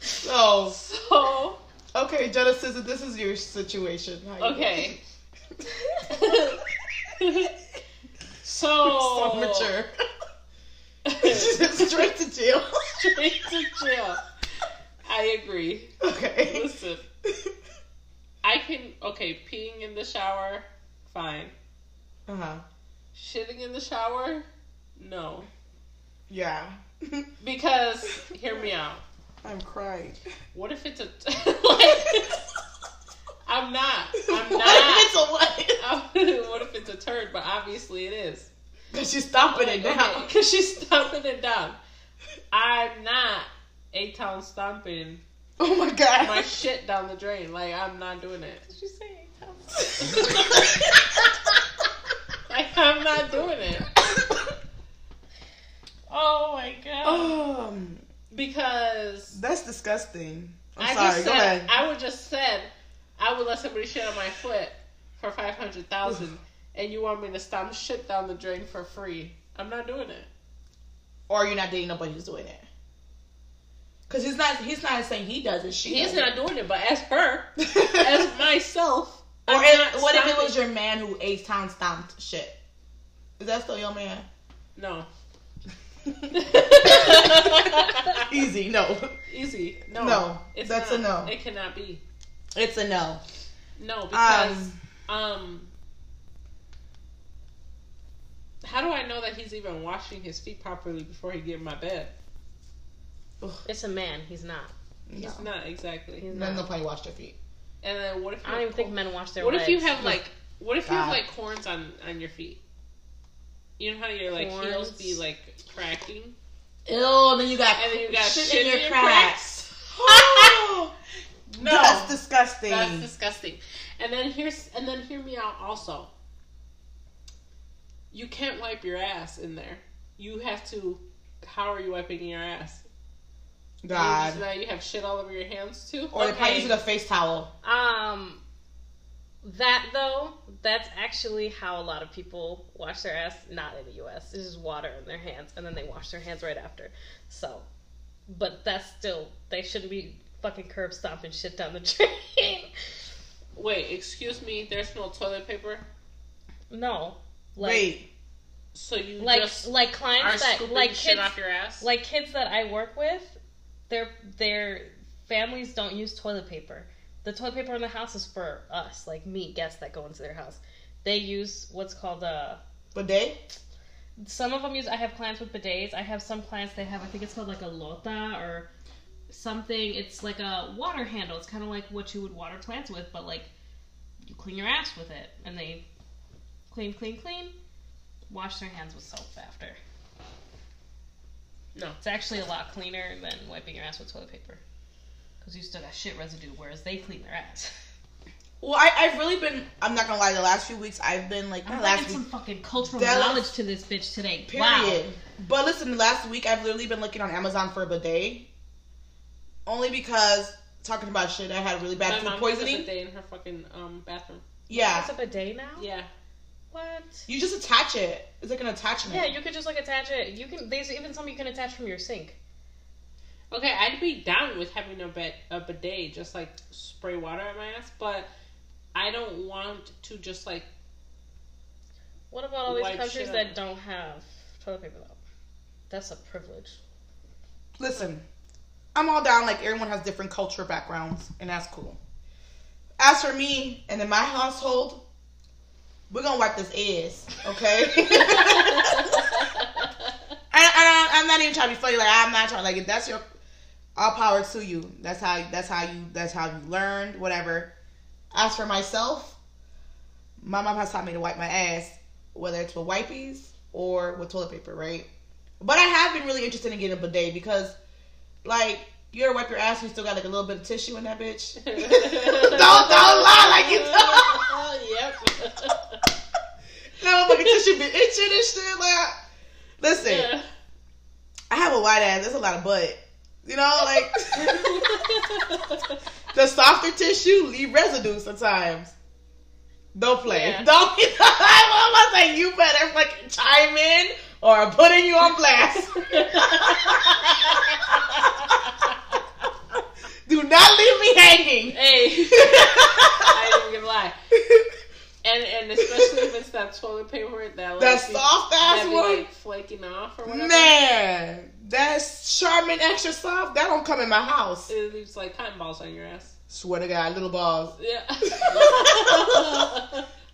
A: So,
B: So,
A: okay, Genesis, if this is your situation. how you-
B: okay.
A: so
B: So,
A: mature. Straight to jail.
B: straight to jail. I agree.
A: Okay.
B: Listen, I can okay, peeing in the shower, fine.
A: Uh huh.
B: Shitting in the shower, no.
A: Yeah.
B: Because hear me out.
A: I'm crying.
B: What if it's a like, I'm not. I'm
A: what
B: not.
A: It's a what?
B: I'm- what if it's a turd? But obviously it is.
A: Cause she's stomping it
B: Like,
A: now.
B: okay, Cause she's stomping it down. I'm not a town stomping
A: Oh my god.
B: my shit down the drain. Like I'm not doing it.
C: She's saying
B: Oh. Like I'm not doing it.
C: Oh my god.
A: um,
B: Because
A: that's disgusting. I'm
B: I
A: sorry.
B: just
A: Go
B: said
A: ahead.
B: I would just said I would let somebody shit on my foot for five hundred thousand, and you want me to stomp shit down the drain for free? I'm not doing it.
A: or you're not dating nobody who's doing it. Cause he's not. He's not saying he does it. She.
B: He's
A: does
B: not doing it, but as her,
A: It.
B: as myself.
A: or
B: I'm
A: if,
B: not
A: what if it
B: stomping-
A: was your man who eight town stomped shit? Is that still your man?
B: no?
A: Easy. No.
B: Easy. No.
A: No.
B: It's
A: that's
B: not.
A: a no.
B: It cannot be.
A: It's a no.
B: No, because
A: Um.
B: um, how do I know that he's even washing his feet properly before he get in my bed?
C: It's a man. He's not.
A: No.
B: He's not exactly.
C: He's
A: Then
C: not.
A: nobody washed their feet.
B: And then what if
C: I don't
B: you-
C: even think men wash their
B: What
C: legs.
B: if you have like what if you have
A: God.
B: like horns on on your feet? You know how your like heels
C: Horns?
B: be like cracking,
A: Ew. Then you got.
B: and then you got
A: shit,
B: shit,
A: in your, cracks.
B: cracks.
A: no.
B: No,
A: That's disgusting.
B: That's disgusting. And then here's and then hear me out also. You can't wipe your ass in there. You have to how are you wiping your ass? You just-
A: God.
B: Now you have shit all over your hands too.
A: Or they probably
C: Okay.
A: use a face towel.
C: um that though, that's actually how a lot of people wash their ass. Not in the U.S. It's just water in their hands, and then they wash their hands right after. So, but that's still they shouldn't be fucking curb stomping shit down the drain.
B: Wait, excuse me. There's no toilet paper.
C: No. Like,
A: Wait.
B: So you
C: like
B: just
C: like
B: are
C: clients that
B: scooping
C: like
B: shit
C: kids
B: off your ass?
C: like kids that I work with, their their families don't use toilet paper. The toilet paper in the house is for us, like me, guests that go into their house. They use what's called uh, a.
A: But they?
C: Some of them use. I have clients with bidets. I have some clients they have. I think it's called like a lota or something. It's like a water handle. It's kind of like what you would water plants with, but like you clean your ass with it, and they clean, clean, clean. Wash their hands with soap after.
B: no.
C: It's actually a lot cleaner than wiping your ass with toilet paper. Because you still got shit residue, whereas they clean their ass.
A: Well, I, I've really been, I'm not gonna lie, the last few weeks I've been like,
C: I'm
A: not last
C: bringing
A: week,
C: some fucking cultural
A: That
C: knowledge
A: last-
C: to this bitch today.
A: period.
C: Wow.
A: But listen, last week I've literally been looking on Amazon for a bidet. Only because, talking about shit, I had really bad
B: My
A: food
B: mom has a
A: poisoning.
B: bidet in her fucking um, bathroom.
A: Yeah.
C: a bidet now?
B: Yeah.
C: What?
A: You just attach it. It's like an attachment.
C: Yeah, you could just like attach it. You can. There's even some you can attach from your sink.
B: Okay, I'd be down with having a bed a bidet, just like spray water at my ass, but I don't want to just like
C: What about all these
B: Wipe
C: countries
B: shit
C: that
B: up.
C: don't have toilet paper though? That's a privilege.
A: listen, I'm all down. Like everyone has different culture backgrounds, and that's cool. As for me and in my household, we're gonna wipe this ass, okay? I, I, I'm not even trying to be funny. Like I'm not trying. Like if that's your all power to you. That's how. That's how you. That's how you learned. Whatever. As for myself, my mom has taught me to wipe my ass, whether it's with wipies or with toilet paper, right? But I have been really interested in getting a bidet because, like, you ever wipe your ass and you still got like a little bit of tissue in that bitch? don't don't lie like you don't.
B: yep.
A: No, fucking tissue be itching and shit. Like, listen,
B: Yeah.
A: I have a wide ass. That's a lot of butt. You know, like the softer tissue leave residue sometimes. Don't play.
B: Yeah.
A: Don't. I'm not saying you better fucking chime in or I'm putting you on blast. Do not leave me hanging.
B: hey, I ain't even gonna lie. And and especially if it's that toilet paper that like
A: that
B: be-
A: soft
B: that
A: ass
B: be,
A: one.
B: like flaking off or whatever.
A: Man, that's Charmin extra soft. That don't come in my house.
B: It leaves like cotton balls on your ass.
A: Swear to God, little balls.
B: Yeah.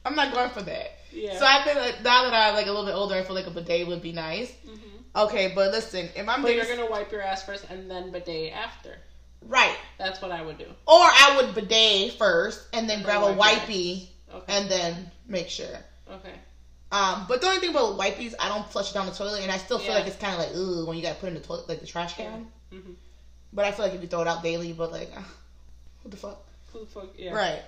A: I'm not going for that.
B: yeah.
A: So I think like, now that I'm like a little bit older, I feel like a bidet would be nice.
B: Mhm.
A: Okay, but listen, if I'm
B: But
A: dating,
B: you're gonna wipe your ass first and then bidet after.
A: right,
B: That's what I would do.
A: or I would bidet first and then
B: And
A: grab
B: then
A: a
B: wipe your
A: wipey
B: Okay.
A: and then make sure.
B: okay.
A: Um, but the only thing about wipies, I don't flush it down the toilet, and I still feel
B: Yeah.
A: like it's kind of like ooh when you got to put it in the toilet, like the trash can.
B: Mhm.
A: But I feel like if you throw it out daily, but like, ah, what the fuck?
B: Who the fuck? Yeah.
A: Right.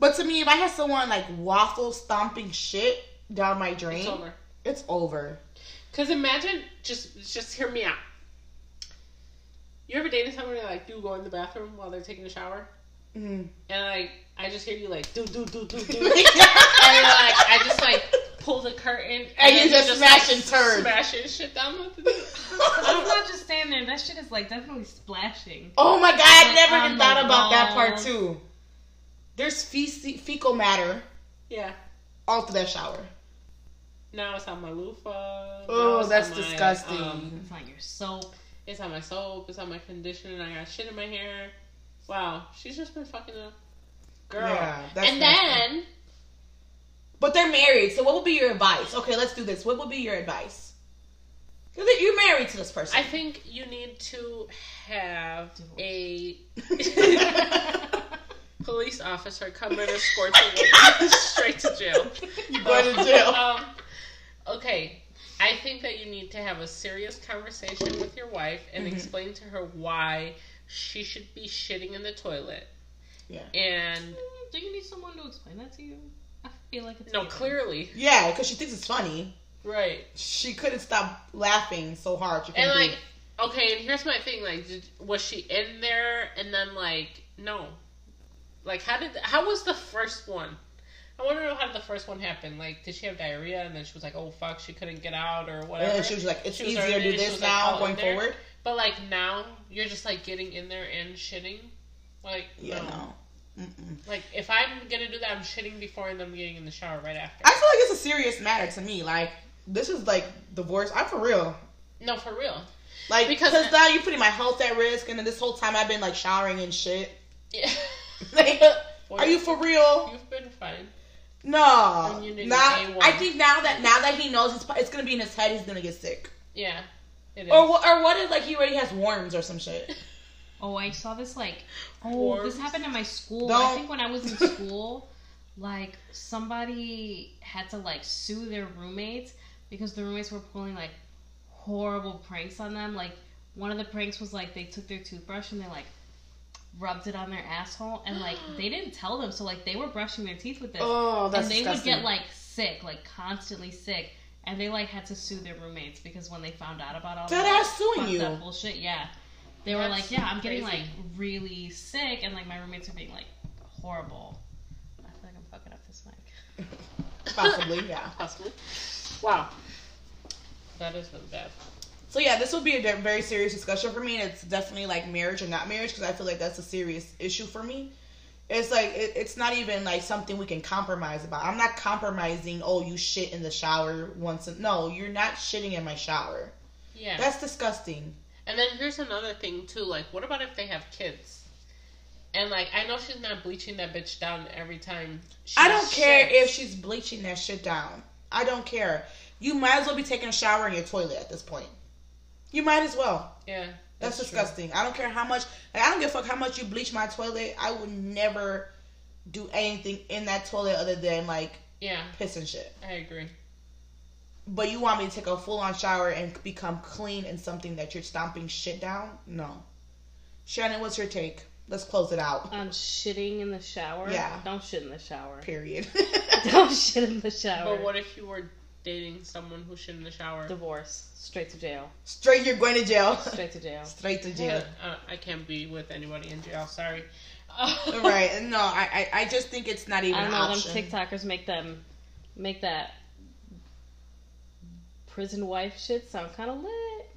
A: But to me, if I had someone like waffle stomping shit down my drain,
B: It's over.
A: It's over.
B: Cause imagine, just just hear me out. You ever dated someone and like you go in the bathroom while they're taking a shower,
A: Mm.
B: and like I just hear you like do do do do do, and you're like
A: like,
B: I just like pull the curtain
A: And
B: then
A: you just smashing turds.
B: smashing shit down. with the-
C: I'm not just standing there. That shit is like definitely splashing.
A: Oh my god, I never
C: Like,
A: even
C: on
A: thought
C: the
A: about that part
C: walls.
A: too. There's fece- fecal matter
B: Yeah.
A: all through that shower.
B: Now it's on my loofah. Now
A: Oh,
B: it's
A: that's
B: on my,
A: disgusting.
B: um,
C: It's on your soap.
B: it's on my soap. It's on my conditioner. I got shit in my hair. Wow, she's just been fucking up, girl.
A: Yeah, that's
B: and
A: nasty.
B: then
A: but they're married, so what would be your advice? Okay, let's do this. What would be your advice? 'Cause You're married to this person.
B: I think you need to have a police officer come in and escort you straight to jail.
A: You're going to jail.
B: Um, okay, I think that you need to have a serious conversation with your wife and
A: Mhm.
B: explain to her why she should be shitting in the toilet.
A: Yeah.
B: And
C: Mm, Do you need someone to explain that to you? I feel like it's
B: no,
C: you.
B: clearly,
A: Yeah, because she thinks it's funny.
B: right.
A: She couldn't stop laughing so hard. She couldn't
B: And
A: do
B: like, okay, and here's my thing: like, did, was she in there? And then like, no. Like, how did how was the first one? I want to know how the first one happened. Like, did she have diarrhea? And then she was like, oh fuck, she couldn't get out or
A: it.
B: whatever.
A: And she was like, it's
B: She was
A: easier to
B: already-
A: do
B: she
A: this
B: was, like,
A: now
B: all
A: going
B: in there.
A: forward.
B: but like now, you're just like getting in there and shitting. Like,
A: Yeah,
B: no.
A: no. Mm-mm.
B: Like if I'm gonna do that, I'm shitting before and I'm getting in the shower right after.
A: I feel like it's a serious matter to me. Like this is like divorce. I'm for real.
B: No, for real.
A: Like because
B: Because-
A: now you're putting my health at risk, and then this whole time I've been like showering and shit.
B: Yeah.
A: Like, are you for real?
B: You've been fine.
A: No,
B: Then you need
A: not.
B: an A1.
A: I think now that now that he knows it's, it's gonna be in his head, he's gonna get sick.
B: Yeah. It is.
A: Or wha- or what if like he already has worms or some shit?
C: Oh, I saw this like oh
B: Dwarves.
C: this happened in my school.
A: Don't-
C: I think when I was in school, like somebody had to like sue their roommates because the roommates were pulling like horrible pranks on them. Like one of the pranks was like they took their toothbrush and they like rubbed it on their asshole and like they didn't tell them so like they were brushing their teeth with this
A: Oh, that's
C: and they
A: disgusting.
C: would get like sick like constantly sick and they like had to sue their roommates because when they found out about all
A: Dead
C: that
A: ass suing
C: fucked
A: you.
C: up bullshit yeah they were
B: That's
C: like yeah i'm getting
B: crazy.
C: like really sick and like my roommates are being like horrible i feel like i'm fucking up this mic
A: possibly, yeah.
B: Possibly. Wow. That is really bad.
A: So yeah, this would be a de- very serious discussion for me, and it's definitely like marriage or not marriage because I feel like that's a serious issue for me. It's like it, it's not even like something we can compromise about. I'm not compromising. Oh, you shit in the shower once. A- no, you're not shitting in my shower.
B: Yeah.
A: That's disgusting.
B: And then here's another thing too. Like, what about if they have kids? And like, I know she's not bleaching that bitch down every time. She
A: I don't care
B: shits.
A: if she's bleaching that shit down. I don't care. You might as well be taking a shower in your toilet at this point. You might as well.
B: Yeah.
A: That's,
B: true.
A: disgusting. I don't care how much. Like, I don't give a fuck how much you bleach my toilet. I would never do anything in that toilet other than like
B: Yeah,
A: piss and shit.
B: I agree.
A: But you want me to take a full on shower and become clean in something that you're stomping shit down? No. Shannon, what's your take? Let's close it out.
C: i'm shitting in the shower
A: Yeah.
C: don't shit in the shower
A: Period.
C: don't shit in the shower
B: But what if you were dating someone who shit in the shower?
C: divorce straight to jail
A: Straight, you're going to jail.
C: straight to jail
A: Straight to
B: Yeah,
A: jail.
B: uh, I can't be with anybody in jail. Sorry.
A: right. No, I, I, I just think it's not even
C: I
A: an
C: don't know.
A: option.
C: Them TikTokers make them make that prison wife shit sound kind of lit.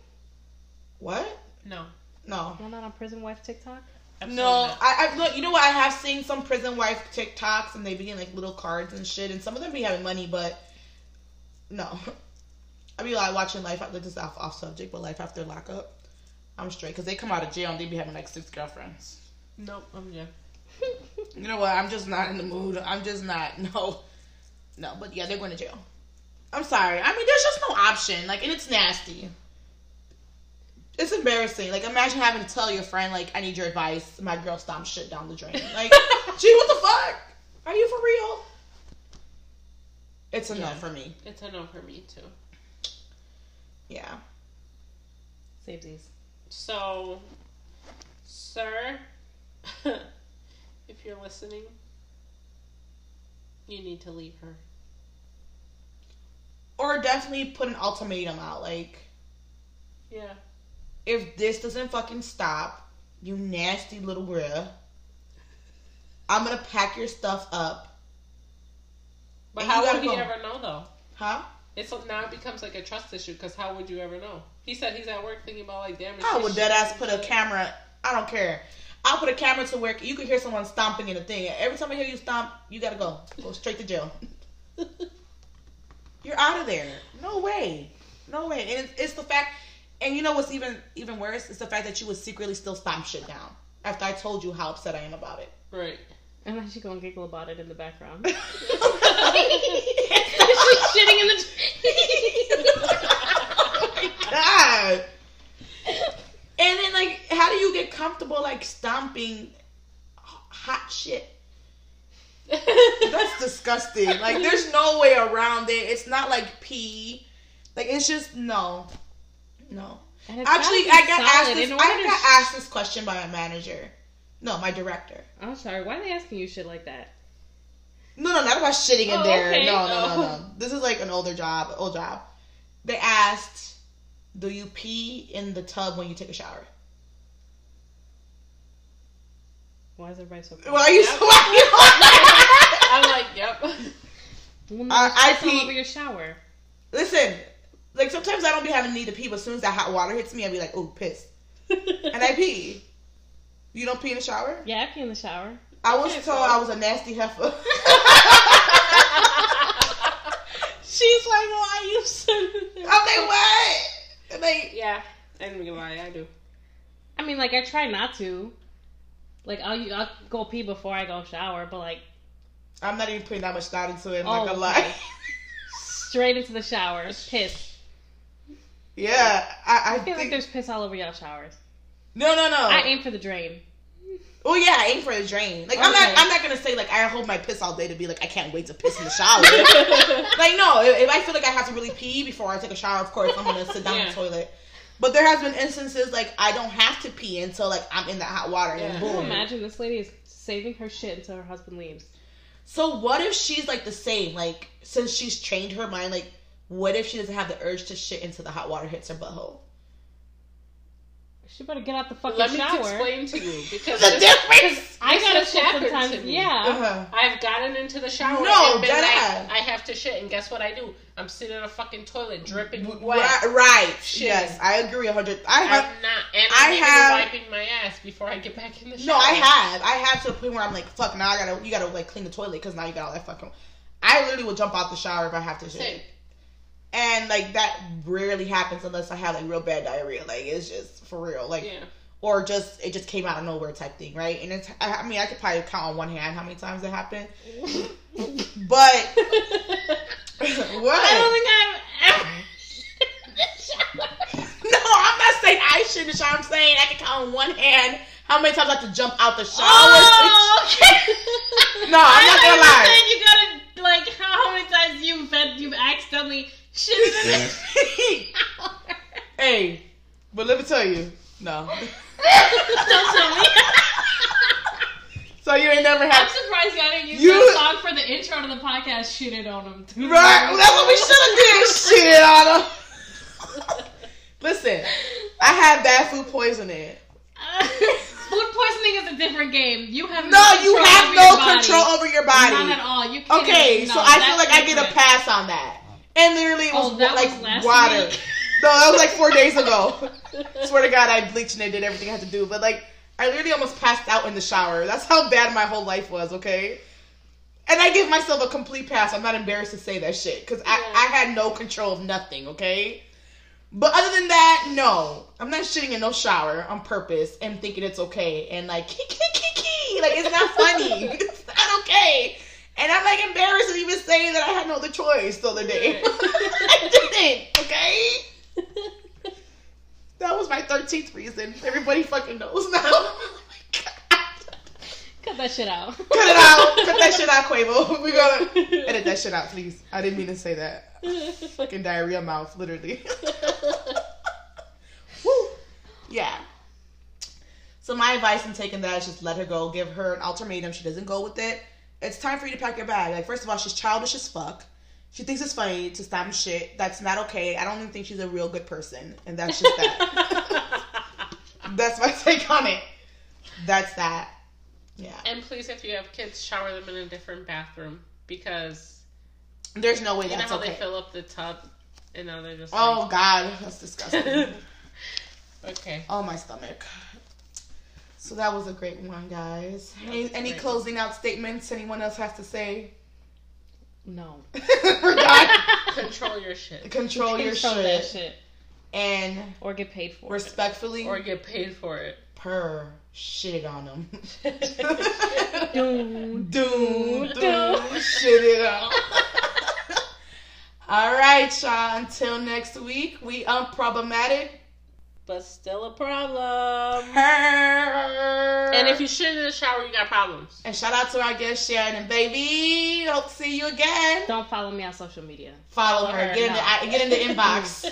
A: What?
B: No.
A: No.
C: Y'all not on prison wife TikTok?
B: absolutely
A: No,
B: not.
A: I, I look. You know what? I have seen some prison wife TikToks, and they be getting like little cards and shit, and some of them be having money, but no. I be like watching Life After this is off off subject, but Life After Lockup, I'm straight because they come out of jail and they be having like six girlfriends.
B: Nope. I'm good.
A: You know what? I'm just not in the mood. I'm just not. No, no. But yeah, they're going to jail. I'm sorry. I mean, there's just no option. Like, and it's nasty. It's embarrassing. Like, imagine having to tell your friend, like, I need your advice. My girl stomped shit down the drain. Like, gee, what the fuck? Are you for real? It's a no
B: Yeah.
A: for me.
B: It's a no for me too.
A: Yeah.
C: Save these.
B: So, sir, if you're listening, you need to leave her.
A: Or definitely put an ultimatum out. Like,
B: Yeah.
A: if this doesn't fucking stop, you nasty little girl, I'm gonna pack your stuff up.
B: But
A: And
B: how
A: you
B: would he
A: gotta go.
B: ever know though?
A: Huh?
B: It's now it becomes like a trust issue because how would you ever know? He said he's at work thinking about like damn.
A: I would
B: she-
A: dead ass put a camera. I don't care. I'll put a camera to work. You can hear someone stomping in a thing. Every time I hear you stomp, you gotta go. Go straight to jail. You're out of there. No way. No way. And it's, it's the fact. And you know what's even even worse? It's the fact that you would secretly still stomp shit down after I told you how upset I am about it.
B: right.
C: And then she gonna giggle about it in the background. She's
A: oh
C: shitting in the.
A: my god. And then, like, how do you get comfortable, like, stomping hot shit? That's disgusting. Like, there's no way around it. It's not like pee. Like, it's just, no. No.
C: And it's
A: Actually,
C: gotta
A: I
C: be
A: got
C: solid
A: asked this,
C: in
A: I
C: order to
A: got
C: sh-
A: asked this question by my manager. No, my director.
C: I'm sorry. Why are they asking you shit like that?
A: No, no, not about shitting in
C: Oh,
A: there.
C: okay.
A: No, no, no, no.
C: Oh.
A: This is like an older job, old job. They asked, "Do you pee in the tub when you take a shower?"
C: Why is everybody so?
A: Why are you?
B: Yep.
A: Why are you
B: I'm like, yep.
C: Well, no,
A: I-
C: it's
A: I
C: just all
A: pee-
C: over your shower.
A: Listen, like sometimes I don't be having need to pee, but as soon as that hot water hits me, I be like, "Oh, piss," and I pee. You don't pee in the shower?
C: Yeah, I pee in the shower.
A: I was told I was a nasty heifer.
D: She's like, why you sending this?
A: I'm like, what? And Like,
D: Yeah, I didn't gonna lie, I do.
C: I mean, like I try not to. Like I'll I'll go pee before I go shower, but like
A: I'm not even putting that much thought into it. I'm not
C: Oh,
A: gonna lie.
C: straight into the shower, piss.
A: yeah, I, I,
C: I feel like
A: think.
C: there's piss all over y'all showers.
A: no, no, no.
C: I aim for the drain.
A: Oh yeah, I aim for the drain. Like I'm not,
C: Okay.
A: I'm not gonna say like I hold my piss all day to be like I can't wait to piss in the shower. like no, if, if I feel like I have to really pee before I take a shower, of course I'm gonna sit down in
D: Yeah.
A: the toilet. But there has been instances like I don't have to pee until like I'm in the hot water and then
D: Yeah. Mm-hmm.
C: Can you
A: boom.
C: imagine this lady is saving her shit until her husband leaves?
A: So what if she's like the same? Like since she's trained her mind, like what if she doesn't have the urge to shit until the hot water hits her butthole?
C: She better get out the fucking
D: Let me
C: shower.
D: explain to you because
A: The difference.
C: I
D: This
C: gotta
D: has
C: shit
D: happened to
C: sometimes.
D: me.
C: Yeah.
A: Uh-huh.
D: I've gotten into the shower
A: No,
D: and been
A: dead
D: like,
A: ass.
D: I have to shit, and guess what I do? I'm sitting in a fucking toilet dripping wet.
A: Right, right.
D: Shit.
A: Yes, I agree a hundred. I
D: I'm
A: have.
D: not, and
A: I
D: I'm I
A: have-
D: have wiping my ass before I get back in the shower.
A: No, I have. I have to the point where I'm like, fuck. Now I gotta, you gotta like clean the toilet because now you got all that fucking. I literally will jump out the shower if I have to
D: Same.
A: shit, and like that rarely happens unless I have like real bad diarrhea. Like it's just for real, like
D: Yeah,
A: or just it just came out of nowhere type thing, right? And it's, I, I mean, I could probably count on one hand how many times it happened, but
C: I don't
A: what?
C: think I've ever in the shower.
A: No, I'm not saying I shouldn't. shower. I'm saying I can count on one hand how many times I have to jump out the shower.
C: Oh, okay.
A: No, I'm not gonna lie.
C: I thought you said you gotta like how many times you've been you've accidentally shitted in the shower.
A: Hey, but let me tell you, no.
C: Don't tell me.
A: So you ain't never
C: I'm
A: had.
C: surprised y'all didn't use
A: You-
C: that song for the intro to the podcast. Shitted on them. Too.
A: Right? That's what we should have did. Shit, Anna. Listen, I had bad food poisoning.
C: Uh, food poisoning is a different game. You have
A: No, you
C: control
A: have
C: over
A: no
C: your body.
A: control over your
C: None
A: body.
C: at all. You can't
A: Okay,
C: even-
A: so
C: no,
A: I feel
C: that's
A: like I get a
C: different.
A: pass on that. And literally, it was
C: Oh, that
A: like
C: was last
A: water.
C: week.
A: No, that was like four days ago. Swear to God, I bleached and I did everything I had to do. But like, I literally almost passed out in the shower. That's how bad my whole life was. Okay, and I give myself a complete pass. I'm not embarrassed to say that shit because I,
D: Yeah.
A: I had no control of nothing. Okay, but other than that, no, I'm not shitting in no shower on purpose and thinking it's okay and like kee kee kee kee. Like it's not funny. it's not okay. And I'm like embarrassed to even say that I had no other choice the other day. I didn't. Okay. That was my thirteenth reason. Everybody fucking knows now. Oh my God.
C: Cut that shit out.
A: Cut it out. Cut that shit out, Quavo. We gotta edit that shit out, please. I didn't mean to say that. Fucking diarrhea mouth, literally. Woo. Yeah. So my advice in taking that is just let her go. Give her an ultimatum. She doesn't go with it. It's time for you to pack your bag. Like first of all, she's childish as fuck. She thinks it's funny to stop and shit. That's not okay. I don't even think she's a real good person, and that's just that. That's my take on it. That's that. Yeah.
D: and please, if you have kids, shower them in a different bathroom because
A: There's no way
D: you know
A: that's
D: how
A: okay.
D: they fill up the tub, and now they're just
A: Oh God, that's disgusting.
D: like, okay.
A: oh my stomach. So that was a great one, guys. Any, any
D: great.
A: closing out statements anyone else has to say?
C: No.
A: We're done.
D: Control your shit
A: Control your
C: Control
A: shit,
C: that shit.
A: and
C: Or get paid for it.
A: respectfully
D: or get paid for it.
A: purr shitted on them.
C: Dude.
A: doom, doom,
C: Doom.
A: shit it up. All right, y'all. Until next week, we unproblematic.
D: but still a problem.
A: And
D: And if you shit in the shower, you got problems.
A: and shout out to our guest Sharon and baby. Hope to see you again.
C: Don't follow me on social media.
A: Follow
D: Follow
A: her.
D: her
A: Get in the
C: now.
A: I- get in the inbox.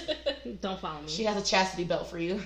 C: Don't follow me.
A: She has a chastity belt for you.